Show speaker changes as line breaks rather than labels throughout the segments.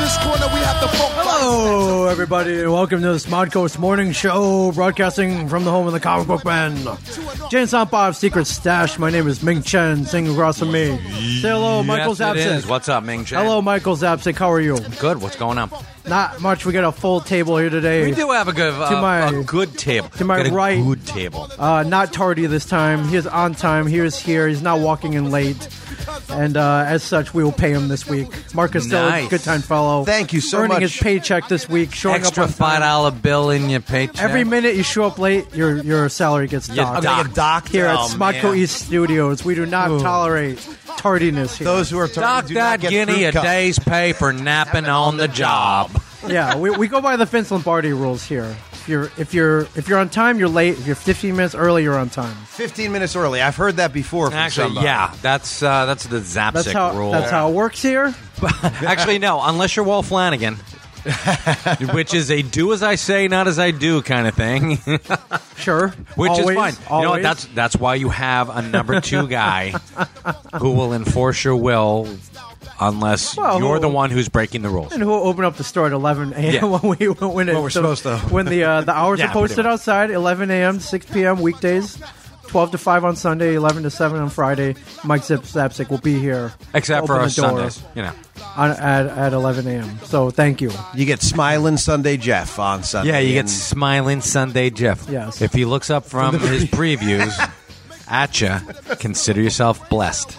this corner, we have the funk.
Hello, everybody. Welcome to the Smodcoast Morning Show, broadcasting from the home of the comic book man. Jane Silent Bob's Secret Stash. My name is Ming Chen, sitting across from me. Say hello, Michael's
yes, it
absent.
is. What's up, Ming Chen?
Hello, Michael's absent. How are you?
Good. What's going on?
Not much. We got a full table here today.
We do have a good, uh,
To my-
a good table.
to my
Got a
right.
good table.
Uh, not tardy this time. He is on time. He is here. He's not walking in late. And uh, as such, we will pay him this week. Marcus Dillard,
Nice.
good time fellow.
Thank you so
Earning
much.
his paycheck this week, showing
Extra
up on
five
time.
dollar bill in your paycheck.
Every minute you show up late, your your salary gets
You're
docked.
docked.
I'm get docked
Here at
Oh,
Smodco
man.
East Studios, we do not tolerate tardiness here.
Those who are
Dock
tardy do
that
not get
guinea
fruit
a
cup.
day's pay for napping on the job.
yeah, we, we go by the Vince Lombardi rules here. If you're if you're if you're on time, you're late. If you're 15 minutes early, you're on time.
Fifteen minutes early. I've heard that before. From
Actually,
somebody.
yeah, that's uh, that's the Zapsic
That's how
rule.
that's how it works here.
Actually, no, unless you're Walt Flanagan, which is a do as I say, not as I do kind of thing.
Sure,
Which
Always,
is fine. You know what?
always.
that's that's why you have a number two guy who will enforce your will unless
Well,
you're
who-
the one who's breaking the rules.
and who will open up the store at 11 a.m.
Yeah.
when we when, it,
When we're supposed to.
when the uh, the hours
Yeah,
are
pretty
posted
much.
outside 11 a.m. to 6 p.m. weekdays. 12 to 5 on Sunday, 11 to 7 on Friday. Mike Zip Zapsik will be here.
Except
to
for
open
our
the door.
Sundays, you know.
on, at, at 11 a.m. So thank you.
You get smiling Sunday Jeff on Sunday.
Yeah, you get
and
smiling Sunday Jeff.
Mm. Yes.
If he looks up from his previews at you, consider yourself blessed.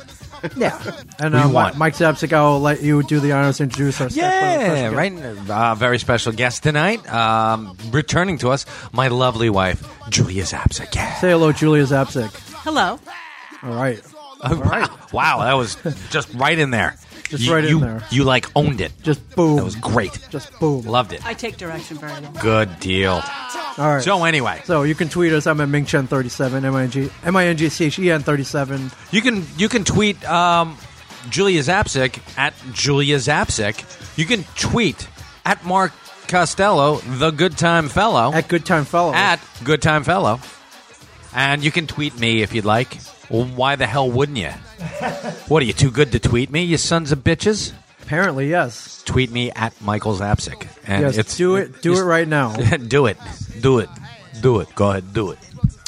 Yeah. And
What do
uh,
you want?
Mike Zapsik, I'll let you do the honors, introduce our staff fellow
Yeah,
special guest.
right. Uh, very special guest tonight. Um, returning to us, my lovely wife, Julia Zapsik. Yeah.
Say hello, Julia Zapsik.
Hello.
All right.
Oh, Wow, wow, that was just right in there.
Just
you,
right in
you-
there.
You like owned it.
Just boom.
That was great.
Just boom.
Loved it.
I take direction very well.
Good deal.
All right.
So anyway,
So you can tweet us. I'm at Mingchen37, M-I-N-G, M-I-N-G-C-H-E-N 37.
you can you can tweet um, Julia Zapsik at Julia Zapsik. You can tweet at Mark Costello, the Good Time Fellow,
At Good Time Fellow.
at Good Time Fellow, and you can tweet me if you'd like. Well, why the hell wouldn't you? What are you too good to tweet me, you sons of bitches?
Apparently, yes.
Tweet me at Michael Zapsik. And
Yes,
it's
do it. Do
you-
it right now.
do it. Do it. Do it. Go ahead. Do it.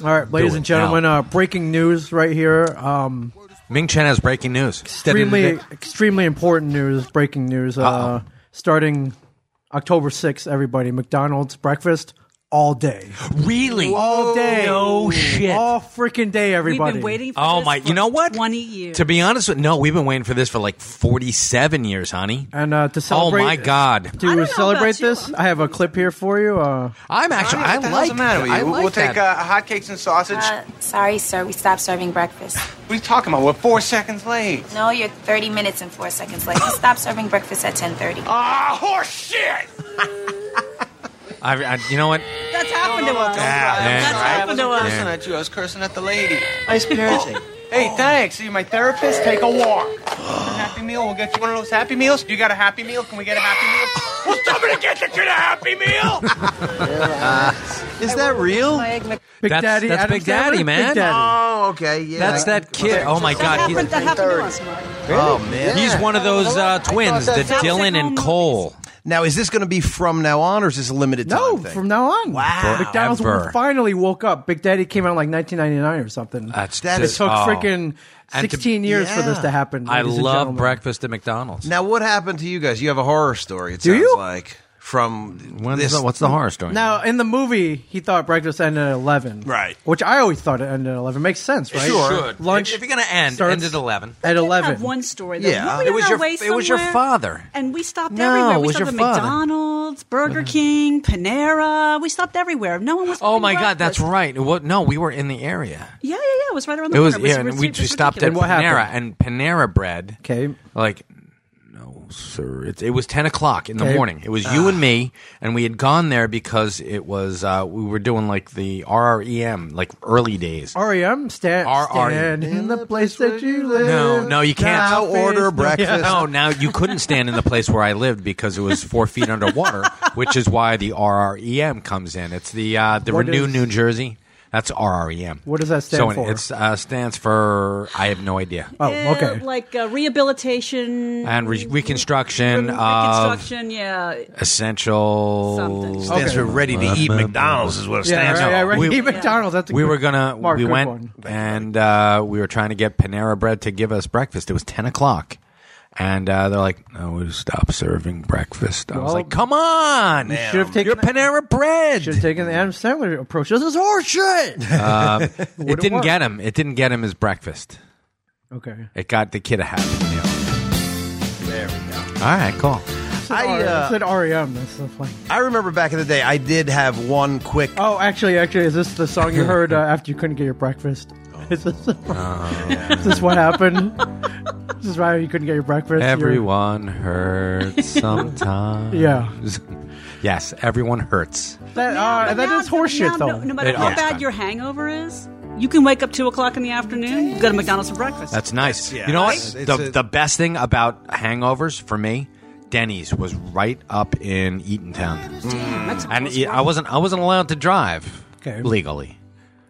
All right, ladies
it
and gentlemen,
now.
uh, breaking news right here. Um,
Ming Chen has breaking news.
extremely, extremely important news, breaking news. Uh,
Uh-oh.
starting October 6th, everybody, McDonald's breakfast all day.
Really?
All day.
No shit.
All freaking day,
Oh, We've
everybody.
been waiting for
Oh
this
my!
for
You know what?
20 years.
To be honest with no, we've been waiting for this for like forty-seven years, honey.
And uh, to
Oh
celebrate.
my god!
I don't know
To
about
celebrate
you.
this, I have a clip here for you. Uh,
I'm actually I like. I like
we'll take
that.
uh, hotcakes and sausage.
Uh, sorry, sir. We stopped serving breakfast.
what are you talking about? We're four seconds late.
No, you're 30 minutes and four seconds late. We stopped serving breakfast at 10:30.
Ah, horse shit!
I, I, you know what?
That's happened
Ah,
to
Oh
us.
Yeah.
That's
I
happened
wasn't
to us.
cursing at you. I was cursing at the lady. Nice parenting. hey, thanks. Are you my therapist? Take a walk. happy meal. We'll get you one of those happy meals. You got a happy meal? Can we get a happy meal? Will somebody get the kid a happy meal?
Is that
Oh,
real?
Big
That's-
Daddy,
that's
Adam
Big Daddy,
Sandler,
man.
Big Daddy.
Oh, okay. Yeah.
That's that kid. Oh my
That
god!
happened,
He's,
that happened to us.
Oh man.
he's one of those uh, twins, the
that-
Dylan and Cole.
Now, is this going to be from now on, or is this a limited time
No,
thing?
from now on.
Wow.
McDonald's
Forever.
finally woke up. Big Daddy came out in like 1999 or something.
That's
That
it
just-
is-
took
oh.
freaking
And to-
16 years for this
Yeah.
to happen.
I
ladies and
love
gentlemen.
breakfast at McDonald's.
now, what happened to you guys? You have a horror story. It
Do
sounds
you?
like from
When's
this.
the- what's the horror story?
Now, in the movie, he thought breakfast ended at 11.
Right.
Which I always thought it ended at 11. Makes sense, right?
Sure.
Lunch.
If, if you're gonna end,
starts
end at eleven.
At
I
11.
have one story. Though.
Yeah.
Weren't we
It
on
was
our
your-
way
it was your
somewhere?
father.
And we stopped
No,
everywhere.
it
We
was your
stopped at
father. Mm-hmm.
McDonald's, Burger King, Panera. We stopped everywhere. No one was.
Oh
serving
my god, that's
breakfast.
right. What? No, we were in the area.
Yeah, yeah, yeah. It was right around the
It was,
corner.
yeah, and we
was
just stopped at
And what
Panera,
happened?
and Panera bread.
Okay.
like no, sir. It, it was ten o'clock in the
Okay. Ah.
morning. It was you and me, and we had gone there because it was uh, we were doing like the RREM, like early days.
REM, E stand,
RREM.
stand in the place that you live.
no, E no, you can't
Now order breakfast.
No, Oh, now you couldn't stand in the place where I lived because it was four feet underwater, which is why the RREM E comes in. It's the uh, the
What
Renew
is-
New Jersey. That's RREM.
What does that stand
so
for?
It uh, stands for I have no idea.
Oh,
Eh,
okay.
Like uh, rehabilitation,
And re- reconstruction of
reconstruction. Yeah.
essential.
Something.
Stands for ready to eat McDonald's is what it stands
yeah,
for.
right, right.
We-
Eat McDonald's. That's a
We
good-
were gonna.
Mark,
we
good
went
one.
and uh, we were trying to get Panera Bread to give us breakfast. It was ten o'clock, and uh, they're like, "No, we stop serving breakfest." I was
Well,
like, "Come on,
you should have taken
You're Panera Bread."
Should have taken the Adam Sandler approach. This is horseshit.
it didn't
worked.
get him. It didn't get him his breakfast.
okay.
It got the kid a happy meal. There we go. All right, cool.
I,
I
uh,
said REM. That's the funny.
I remember back in the day, I did have one quick.
Oh, actually, actually, is this the song you heard uh, after you couldn't get your breakfast?
Oh.
Is this, is this what happened? this is why you couldn't get your breakfast. You're-
Everyone hurts sometimes.
Yeah.
yes, everyone hurts.
That, uh, that is horseshit, though.
No, no matter
It
how
is.
bad your hangover is, you can wake up two o'clock in the afternoon, you go to McDonald's for breakfast.
That's nice.
That's- yeah.
You know what?
It's- it's
the,
a-
the best thing about hangovers for me, Denny's was right up in Eatontown,
That's a
and
close
it- I wasn't I wasn't allowed to drive
Okay. Oh.
legally.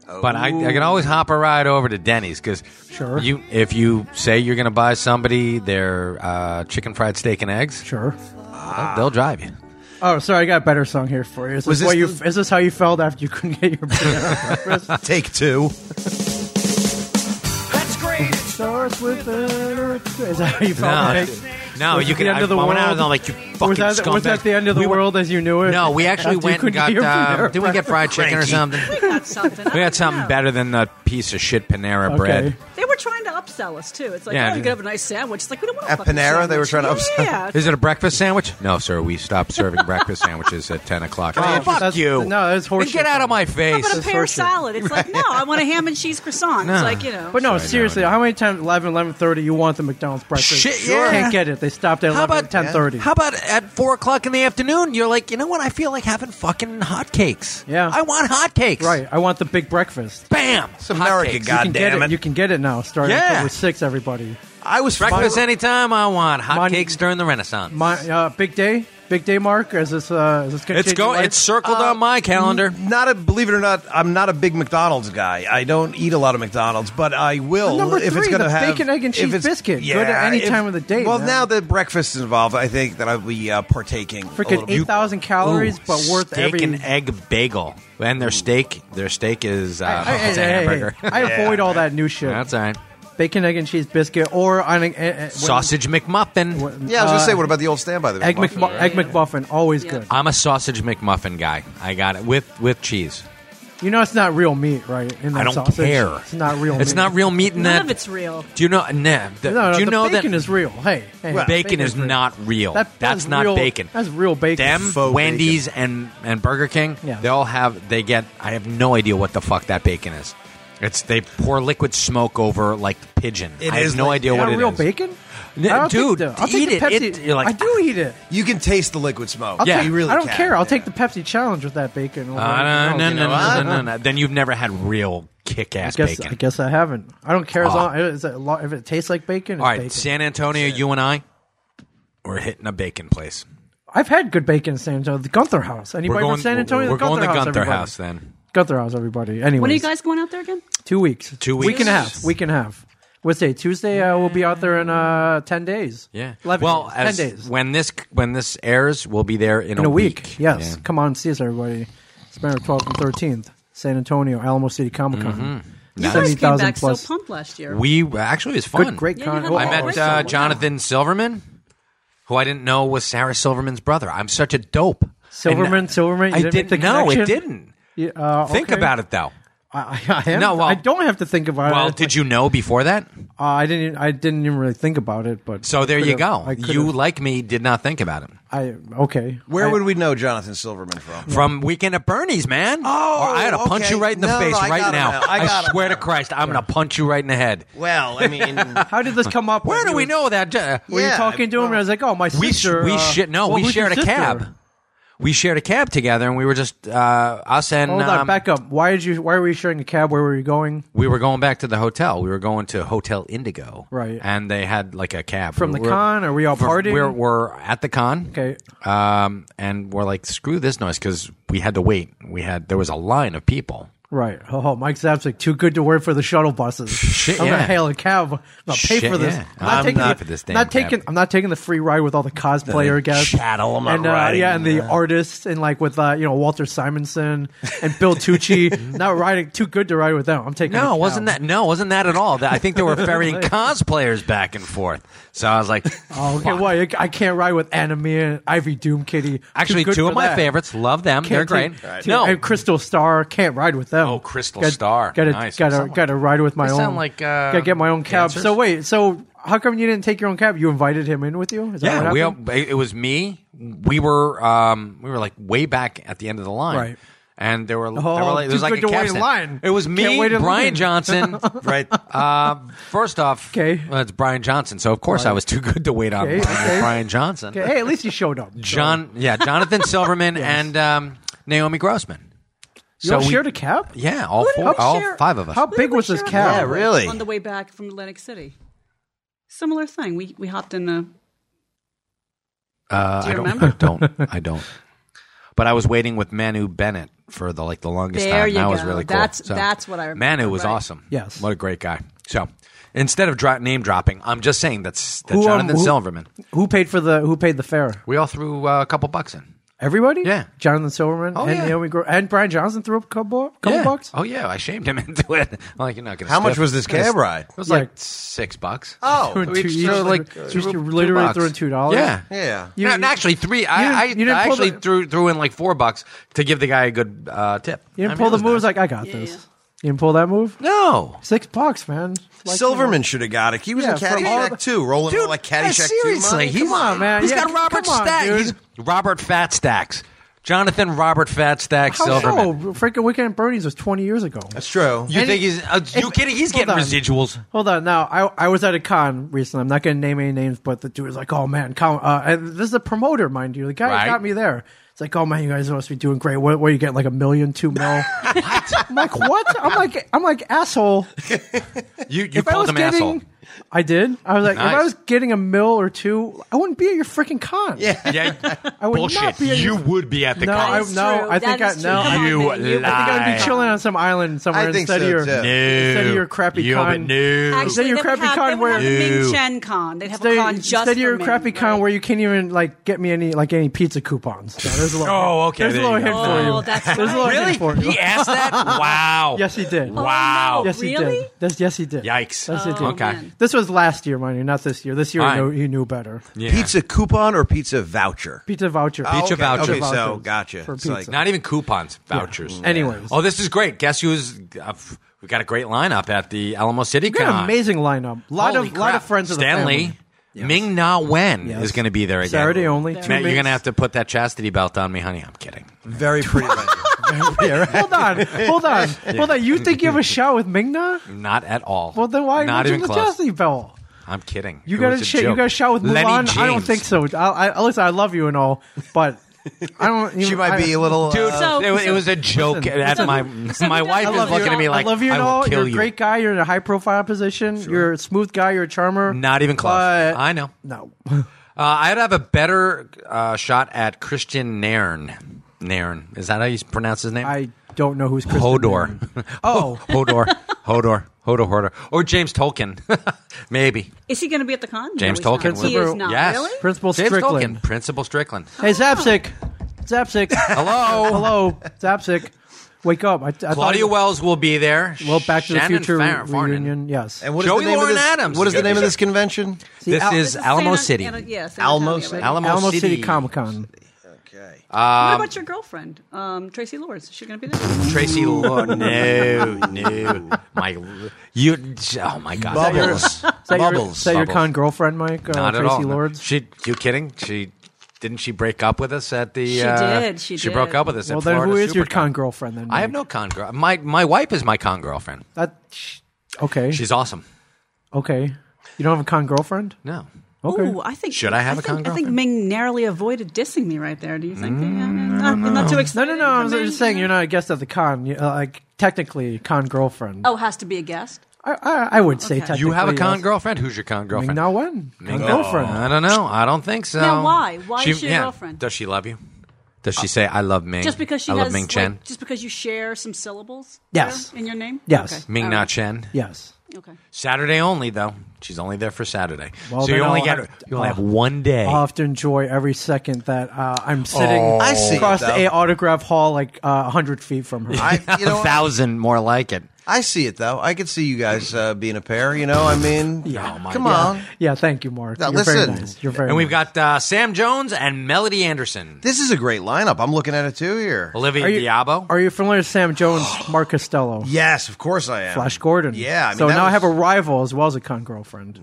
But I, I can always hop a ride over to Denny's because
Sure.
you if you say you're going to buy somebody their uh, chicken fried steak and eggs,
Sure. Ah.
they'll- they'll drive you.
Oh, sorry, I got a better song here for you. Is
Was
this, what you,
this the-
is this how you felt after you couldn't get your breakfast?
Take two.
Starts with a- Is that how you felt?
No,
Nick?
no,
Was it
you
the
can.
end
I,
of the
I went out
world?
and I'm like, you fucking
was that, was that
scumbags.
the end of the
We were-
world as you knew it?
No, we
After
actually
you
went and
couldn't get
got.
your
Uh,
Panera
did we get fried chicken or
Cranky.
something?
We got something.
We got something better than the piece of shit Panera bread.
They were trying to upsell us too. It's like,
Yeah.
oh, you could have a nice sandwich. It's like we don't want a
At
fucking
Panera, they were
sandwich.
trying to upsell-
Yeah,
Is it a breakfast sandwich? No, sir. We stopped serving breakfast sandwiches at ten o'clock. Oh, fuck
that's-
you!
no, that's
Then
horseshit.
Get out of my face!
How about a
It's
pear
horseshit.
salad? It's like, no, I want a ham and cheese croissant.
No.
It's like, you know.
But no,
Sorry,
seriously,
no, no.
how many times 11, 11.30 you want the McDonald's breakfast?
Shit,
Sure.
yeah.
Can't get it. They stopped at
How
11,
about
10.30.
How about at four o'clock in the afternoon? You're like, you know what? I feel like having fucking hotcakes.
Yeah.
I want hotcakes.
right, I want the big breakfast.
Bam.
It's America,
Hotcakes.
You can get
goddamn it.
You can get it now, starting
Yeah.
October 6, everybody.
I was
Breakfast
fine-
anytime I want.
Mon-
Hotcakes during the Renaissance.
My, uh, big day? Big day, Mark? Is this, uh, is this going
it's go. It's circled on my calendar.
not a believe it or not, I'm not a big McDonald's guy. I don't eat a lot of McDonald's, but I will
Number
if it's
three,
going to
the
have
bacon, egg, and
if
cheese
it's-
biscuit. Go
Yeah,
to any
if-
time of the day,
Well,
man.
now that breakfast is involved, I think that I'll be uh, partaking. a
Freaking
little bit.
8,000 calories,
Oh, Ooh,
but worth
steak
every...
and egg bagel. And their steak, their steak is uh,
Hey,
it's a
hey, hey,
hamburger.
hey. I avoid all that new shit.
That's all right.
Bacon, egg, and cheese biscuit, or uh, on a, a, a-
Sausage
Yeah,
when-
McMuffin.
I was going to
uh,
say, what about the old standby? The
egg,
McMuffin?
McMu- egg McMuffin, always
Yeah.
good.
I'm a sausage McMuffin guy. I got it with with cheese.
You know, it's not real meat, right? In that
I don't
sausage.
care.
It's not real.
It's
meat.
not real meat in
None
that.
of it's real.
do you know? Nah, the-
No, no,
do you
the
know
bacon
that
is real. Hey, hey
bacon is
real.
not real?
That- that
that's
is
not
real-
bacon.
That's real bacon.
Them,
Faux
Wendy's, and and Burger King.
Yeah.
They all have. They get. I have no idea what the fuck that bacon is. It's they pour liquid smoke over like pigeon.
It
I have
is
no
like-
idea
Not
what it is.
real bacon.
No,
I don't
dude,
think the- I'll
eat
take the
it.
Pepsi.
It- you're like, "Ah,
I do eat it.
You can taste the liquid smoke.
I'll
Yeah.
take,
you really
I don't
can.
care. I'll
Yeah.
take the Pepsi challenge with that bacon. or
Uh,
whatever
no,
else,
no,
you
no,
know?
no,
what?
no, no, no. Then you've never had real
I
kick-ass
guess
bacon.
I guess I haven't. I don't care as
Oh.
long as it, lo- if it tastes like bacon. It's
All right,
bacon.
San Antonio, you and I, we're hitting a bacon place.
I've had good bacon in San Antonio. The Gunther House. Anybody
We're going
from San Antonio?
We're
the Gunther
going to
House,
Gunther
everybody.
House then.
Gunther House, everybody. Anyway,
When are you guys going out there again?
Two weeks.
Two
Week
weeks.
and a half. Week and a half. What's day? Tuesday. Uh, we'll be out there in uh, ten days.
Yeah.
Eleven.
well,
days.
as,
ten days.
when this when this airs, we'll be there in,
in a week. Yes.
Yeah.
Come on, see us, everybody. September twelfth and thirteenth, San Antonio, Alamo City Comic Con.
Mm-hmm.
You guys came back so pumped last year.
We actually it was fun.
Good, great
Yeah, you
con.
had a
I
lot Oh,
met
great.
uh,
Wow.
Jonathan Silverman, who I didn't know was Sarah Silverman's brother. I'm such a dope.
Silverman,
And-
Silverman, you
I
didn't make
didn't.
the
know it
connection?
didn't.
Yeah, uh,
Think
okay. Uh,
about it though.
I, I am.
No, well-
I don't have to think about
Well,
it.
did you know before that?
Uh, I didn't. even- I didn't even really think about it. But
So there you
could've-
go.
I
You
could've-
like me did not think about him.
I okay.
Where
I-
would we know Jonathan Silverman from?
From Weekend at Bernie's, man.
Oh,
or I had to punch
okay.
you right in the
No, no,
face
no, I
right
got it
now.
now. I got it
swear to
now.
Christ, I'm gonna punch you right in the head.
Well, I mean,
How did this come up?
Where
when
do
you
we
were-
know that? Uh,
Were you
Yeah,
talking to him? And I was like, oh, my
we
sister.
we
uh,
shit. No,
well,
we
who's your
shared a
sister?
cab. We shared a cab together, and we were just uh, us and
Hold
um,
on, back up. Why did you? Why were you sharing a cab? Where were you going?
we were going back to the hotel. We were going to Hotel Indigo,
Right.
And they had like a cab
From the
We were-
con? Are we all
from-
partying?
We're, we're at the con,
Okay.
Um, and we're like, screw this noise because we had to wait. We had there was a line of people.
Right. Oh, Mike Zapsik, too good to work for the shuttle buses.
Shit,
I'm
yeah.
gonna hail a cab. I'm gonna pay
Shit,
for this.
yeah.
not
I'm
taking
not
the,
for this damn
not taking.
cab.
I'm not taking the free ride with all the cosplayer guests.
chattel, I'm not
and, uh,
riding.
Yeah, and the artists and like with uh, you know Walter Simonson and Bill Tucci. not riding. Too good to ride with them. I'm taking. a
No,
cab.
wasn't that? No, wasn't that at all? That- I think they were ferrying cosplayers back and forth. So I was like,
Oh, okay. Well, I- I can't ride with Anime and Ivy Doom Kitty. Too
actually,
good
two
for
of my
that.
favorites. Love them. They're
Can't
great.
take-
No,
and Crystal Star can't ride with them.
Oh, Crystal
Gotta-
Star.
Gotta
Nice.
gotta
Sound like-
gotta ride with my
they
own.
sound like, uh,
gotta get my own cab.
dancers.
So wait, so how come you didn't take your own cab? You invited him in with you? Is that
yeah,
what
we.
happened?
It was me. We were. Um, we were like way back at the end of the line.
Right.
And there were, there
Oh,
were like, there
too
was like
good to
a cab
wait in
stand.
line.
It was me,
Can't wait in
Brian
line.
Johnson.
right?
uh, first off,
Okay.
well, it's Brian Johnson. So of course I was too good to wait on
Okay,
line with
okay.
Brian Johnson.
Okay, hey, at least he showed up.
John, yeah, Jonathan Silverman and um, Naomi Grossman.
you all
we-
shared a cab.
Yeah, all
Who did
four,
we
all
share-
five of us.
How big was this cab?
Yeah,
really.
On the way back from Atlantic City. Similar thing. We we hopped in the.
Uh,
Do you
I don't,
remember?
I don't. I don't. But I was waiting with Manu Bennett for the like the longest
There
time.
you
that was
go.
really cool.
That's- that's what I remember,
Manu was
right.
awesome.
Yes.
what a great guy. So instead of dro- name dropping, I'm just saying that's that
Who, um,
Jonathan
who-
Silverman.
Who paid for the Who paid the fare?
We all threw uh, a couple bucks in.
Everybody.
Yeah.
Jonathan Silverman
Oh,
and
yeah.
Naomi Gro- and Brian Johnson threw up a couple, couple
yeah.
bucks.
Oh yeah, I shamed him into it. I'm like you're not gonna.
How much
stiff-
was this
gonna
cab
st-
ride?
It was
Yeah.
like six bucks.
Oh,
Threw in
we
two
just
each,
threw, like,
just
two-
literally
bucks.
threw in two dollars.
Yeah.
yeah.
You-
No,
you-
actually three.
you
I,
didn't- you
I,
didn't
I
pull
actually
the-
threw threw in like four bucks to give the guy a good uh, tip.
You
I
didn't
mean,
pull
it
the
was
moves
nice.
like I got this. You didn't pull that move.
no.
Six bucks, man. Like,
Silverman should have got it. He was
Yeah,
in
for all the-
Caddyshack too, rolling all like
yeah,
Caddyshack too.
seriously,
money.
he's
Come on,
man.
He's
Yeah,
got Robert
come on,
Stack.
dude.
He's Robert Fat Stacks. Jonathan Robert Fat Stacks
How
Silverman.
so? Freaking Weekend at Bernie's was 20 years ago.
That's true.
You
And
think
he-
he's? Uh, you
if-
kidding? He's
hold
getting
on.
residuals.
Hold on. Now, I, I was at a con recently. I'm not going to name any names, but the dude was like, oh, man. Con, uh, and this is a promoter, mind you. The guy
Right.
got me there. It's like, oh, man, you guys must be doing great. What, what are you getting, like a million, two mil? I'm like, what? I'm like, I'm like, asshole.
You you
I
called
was
him
getting,
asshole.
I did. I was like, if
Nice.
I was getting a mil or two, I wouldn't be at your freaking con. Yeah.
Yeah,
I would
bullshit.
not be at
you
your-
would be at the
No, I,
con.
That is
no,
true.
I think
That
I,
is
no,
true. Come
I,
on,
you
man. You-
lie.
I think I'd be chilling on some island somewhere
I think
instead
so,
of your
too.
no,
instead of your crappy
You'll be-
con.
no.
Instead of your
they would
crappy
have-
con
they would
where-
have a Ming
Ew.
Chen con. They'd have
Instead-
a con just
instead of your
for
crappy
Ming,
con
right?
where you can't even like get me any like any pizza coupons. So there's a little,
Oh, okay,
There's a
there
little
you
hint
go.
for you.
Oh, that's
there's a little
right. Oh,
hint for you. Oh,
He asked that? Wow.
Yes, he did.
Wow.
Yes, he
Really?
did. That's, yes, he did.
Yikes.
Yes, he did.
Oh,
Okay.
man.
This was last year, mind you, not this year. This year, he
Fine.
knew, he knew better.
Yeah.
Pizza coupon or pizza voucher?
Pizza voucher.
Oh, okay.
voucher.
Okay, so
Vouchers
gotcha.
for
It's like
pizza.
Not even coupons, vouchers.
Anyways.
Oh, this is great. Guess who's. Uh, f- we got a great lineup at the Alamo City
We got
Con.
an amazing lineup. Lot
Holy
of lot
crap.
of friends of the
Stanley.
family.
Ming Na Wen
Yes.
is going to be there again.
Saturday only.
Matt,
Two
you're
minutes.
going to have to put that chastity belt on me, honey. I'm kidding.
very pretty. lady.
hold on, hold on, hold on. You think you have a shot with Mingna?
Not at all.
Well, then why
Not
not
even
the
close.
chastity belt?
I'm kidding.
You
It
got
was
a
a
shit. You
joke.
got a shot with
Lenny
Mulan. I don't
James.
think so. I, I, listen, I love you and all, but I don't.
She
even-
might
I-
be a little.
Dude,
uh,
So-
it, was- it was a joke.
listen,
at my my
we
wife
don't-
I love
is
you.
looking at me like,
I love you and all.
will kill
you're
you.
a great guy. You're in a high profile position. You're a smooth guy. You're a charmer.
Not even close.
But-
I know.
No.
Uh, I'd have a better uh, shot at Christian Nairn. Nairn. Is that how you pronounce his name?
I don't know who's Chris.
Hodor.
Oh.
Hodor. Hodor. Hodor. Hodor. Or James Tolkien. Maybe.
Is he going to be at the con? No,
James
he's not.
Tolkien.
He
was-
is not.
Yes.
Really?
Principal
James
Strickland.
Tolkien. Principal Strickland.
Hey, Zapsic. Zapsic.
Oh. Hello.
Hello, Zapsic. Wake up. I, I thought
Claudia
you-
Wells will be there.
Well, Back to
Shannon
the Future
Far- Farnan.
reunion. Yes.
and what is
Joey
the name
Lauren
of this,
Adams
What is
is
the
gonna
name
be
of
there.
this convention?
This
Al-
is
It's
Alamo
San-
City.
Ana- yeah, San
Alamo
Antonio,
City.
right?
Alamo,
Alamo City Comic Con.
Okay.
What about your girlfriend, um, Tracy Lords? Is she going to be there?
Tracy Lord. No, no. My, you, oh my God.
Bubbles.
Is that, your,
Bubbles.
is that your
Bubbles.
con girlfriend, Mike? Uh,
Not
Tracy
at all. No.
Lords?
She, you kidding? She, didn't she break up with us at the,
She
uh,
did, she did.
broke up with us
well,
at
then
Florida
who is your
Supercon.
con girlfriend then?
I have
Mike?
no con girl. My my wife is my con girlfriend.
That, okay.
She's awesome.
Okay. You don't have a con girlfriend?
No.
Okay.
Ooh, I think.
Should I have
a
a con
I think
girlfriend?
Ming narrowly avoided dissing me right there. Do you think? Yeah,
Mm,
not, not too
no,
excited.
no, no. I'm
for
just
Ming?
saying you're not a guest at the con. You, uh, like technically, con girlfriend.
Oh, has to be a guest.
I, I, I would say
Okay.
technically.
You have a con
yes.
girlfriend? Who's your con
I mean,
girlfriend?
now when?
Ming-
Con girlfriend.
I don't know. I don't think so.
Now, why? Why is she your
yeah.
girlfriend?
Does she love you? Does she say I love Ming?
Just because she
I
has
love Ming
like,
Chen.
just because you share some syllables.
Yes.
there in your name.
Yes.
Okay.
Ming
All
Na
right.
Chen.
Yes.
Okay.
Saturday only though. She's only there for Saturday.
Well,
so you
then
only
I'll
get
have-
you only
I'll-
have one day.
I'll have to enjoy every second that uh, I'm sitting
Oh.
I see it,
across the
though.
A autograph hall, like uh, 100 feet from her.
I, you know,
a
what?
thousand more like it.
I see it though. I could see you guys uh, being a pair. You know, I mean,
Yeah. Oh, my
come
God.
on.
yeah, thank you, Mark.
Now,
You're
listen.
very nice. You're very
And we've
nice.
got uh, Sam Jones and Melody Anderson.
This is a great lineup. I'm looking at it too here.
Olivia
Are you-
Diabo.
Are you familiar with Sam Jones, Mark Costello,
Yes, of course I am.
Flash Gordon?
Yeah. I mean,
so
that
now I
was-
have a rival as well as a con girlfriend.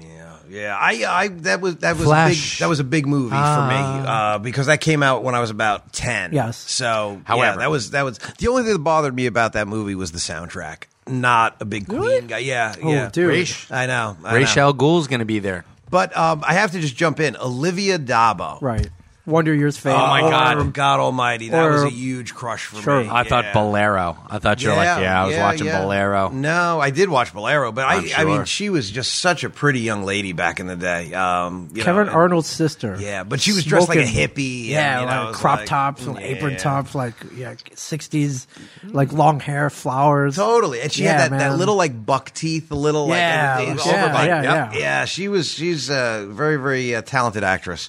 Yeah, I, I that was that was a big
Flash.
that was a big movie for me uh, because that came out when I was about ten.
Ah. Yes.
So, however,
However.
that was that was the only thing that bothered me about that movie was the soundtrack. Not a big Queen guy. Yeah,
Oh,
yeah.
dude.
Raish-
I know. I know.
Rachel Ghoul's going to be there.
But um, I have to just jump in. Olivia Dabo.
Right. Wonder Years Um, fame.
Oh, my
Or-
God.
God Almighty, that
Or-
was a huge crush for
Sure.
me.
I thought
Yeah.
Bolero. I thought you were like, yeah, I was watching
yeah.
Bolero.
No, I did watch Bolero, but I,
I'm
I mean,
sure.
she was just such a pretty young lady back in the day. Um, you
Kevin
know, and-
Arnold's sister.
Yeah, but she was dressed like a
Smoking-
hippie and,
Yeah,
you know, it
like
was
crop
like-
tops and apron
Yeah.
tops, like yeah, sixties, like long hair, flowers.
Totally, and she
Yeah,
had that, that
man.
little like buck teeth, the little like
Yeah,
and- and
yeah,
all the buck-
yeah,
yep.
yeah.
yeah. She was she's a very very uh, talented actress.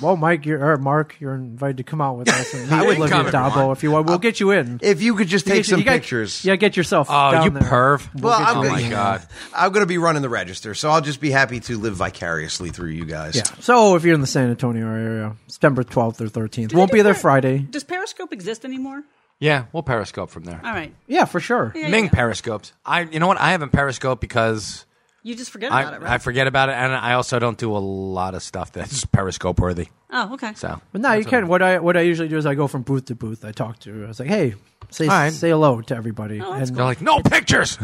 Well, Mike, you're or Mark, you're invited to come out with us and meet
I would
Olivia
come if you
Dabo
want.
if you want. We'll get you in.
If you could just
You
take
get-
some
you got-
pictures,
yeah, get yourself.
Oh,
down
you
there.
perv.
Well, I'm
oh,
gonna-
my God.
I'm going to be running the register, so I'll just be happy to live vicariously through you guys.
Yeah. So if you're in the San Antonio area, September 12th or 13th, won't be there Friday.
Does Periscope exist anymore?
Yeah, we'll periscope from there.
All right.
Yeah, for sure.
Uh, Yeah,
Ming
yeah.
periscopes. I, you know what? I haven't periscoped because
You just forget
I,
about it,
I
right?
forget about it, and I also don't do a lot of stuff that's periscope worthy.
oh, okay.
So
But no, you can. What I what I usually do is I go from booth to booth. I talk to. I was like, hey, say
All right.
say hello to everybody.
Oh, that's
and
they're like, no pictures.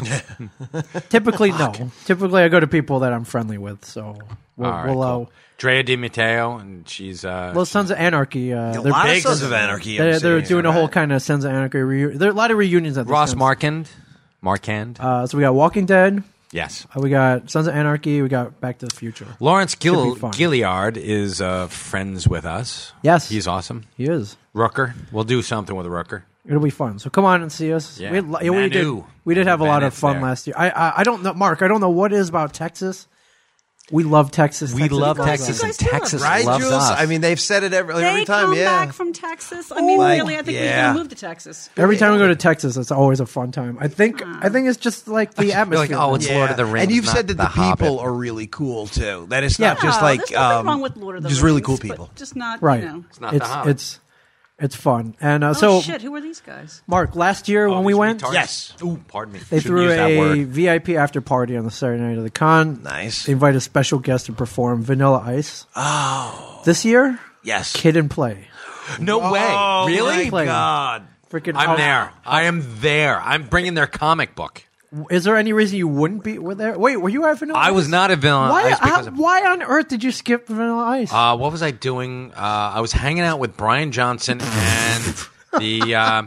typically no. Typically I go to people that I'm friendly with. So we'll,
All right,
we'll
cool. Drea Di Matteo, and she's uh,
uh, well, Sons of Anarchy. Uh,
a
they're
lot
big.
of Sons of Anarchy. I'm
They're, they're
seeing,
doing a
right?
whole kind of Sons of Anarchy. Reu- there are a lot of reunions at the
Ross
Sons.
Markand. Markand.
Uh, so we got Walking Dead.
yes.
uh, We got Sons of Anarchy. We got Back to the Future.
Lawrence Gill-
be fun.
Gilliard is uh, friends with us.
Yes.
He's awesome.
He is.
Rooker. We'll do something with Rooker.
It'll be fun. So come on and see us.
Yeah.
We, had lo- yeah, we did.
Manu.
We did
Manu
have a lot of
Bennett's
fun
there.
last year. I, I I don't know, Mark. I don't know what it is about Texas. We love Texas.
We
Texas loves
love
guys-
us.
Texas,
you
and
guys do it.
Texas
Right,
loves
Jules?
us.
I mean, they've said it every,
They
every time.
come
yeah,
back from Texas. I mean,
Like,
really, I think
yeah.
we need to move to Texas.
Every time we go to Texas, it's always a fun time. I think I think it's just like the atmosphere.
oh, it's- Lord of the Rings,
And you've
not
said that the,
The Hobbit.
people are really cool too. That it's
Yeah.
not just
No,
like
there's nothing
um,
wrong with Lord of the
just
Rings,
really cool
but
people.
Just not
right.
You know.
not the
it's
Hobbit.
it's it's fun. And uh,
Oh
so
shit! Who are these guys?
Mark, last year when we went,
Yes. Ooh, pardon me.
they
Oh, Shouldn't
threw
use that
a
word.
VIP after party on the Saturday night of the con.
Nice.
They invited special guests to perform Vanilla Ice. Oh, this year,
Yes.
Kid and Play.
No
Oh,
way. Really?
My
Play.
God.
Freaking
I'm
out-
there. I am there. I'm bringing their comic book.
Is there any reason you wouldn't be were there? Wait, were you at Vanilla?
I was
Ice?
not at Vanilla
Oh, Why?
Ice because
how-
of-
why on earth did you skip Vanilla Ice?
Uh, what was I doing? Uh, I was hanging out with Brian Johnson and the. Uh,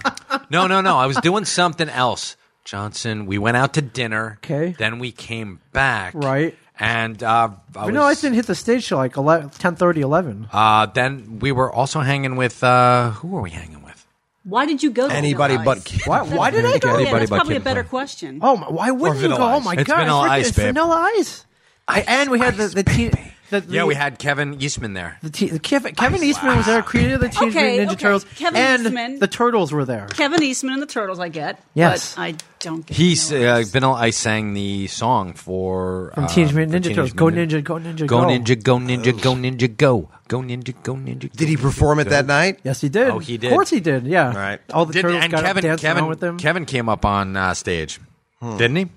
no, no, no. I was doing something else. Johnson, we went out to dinner.
'Kay.
Then we came back.
Right.
And uh, I
Vanilla
was,
Ice didn't hit the stage till like 11, 10, 11.
uh, then we were also hanging with. Uh, who were we hanging with?
Why did you go? to
Anybody
Vanilla
but
Ice?
Kid.
why? Why did I
Yeah,
go?
Anybody
that's
but
probably a
Kid
better
Play.
question.
Oh, my, why wouldn't you go?
Vanilla
Oh
Ice.
my
It's
god!
Vanilla
freaking-
Ice,
it's
babe.
Vanilla Ice. I, and we had the the, te- the, the
Yeah, we had Kevin Eastman there.
the te- the Kevin, Kevin Eastman was there, creator of the Teenage
Okay,
Mutant Ninja
okay.
Turtles,
Kevin
and
Eastman.
the Turtles were there.
Kevin Eastman and the Turtles, I get.
Yes.
but I don't get.
He's
Vanilla
uh,
Ice.
Vanilla Ice sang the song for
From
uh,
Teenage Mutant
for
Ninja Turtles. Go Ninja, go Ninja,
go
go.
ninja, go ninja, go ninja, go, go ninja, go ninja. go,
Did he perform it
ninja,
that
go.
night?
Yes, he did.
Oh, he
Of
did.
course, he did. Yeah. All
right.
All the
Did-
turtles
and
got
Kevin,
up dancing
Kevin,
around with them.
Kevin came up on uh, stage,
Hmm.
didn't he?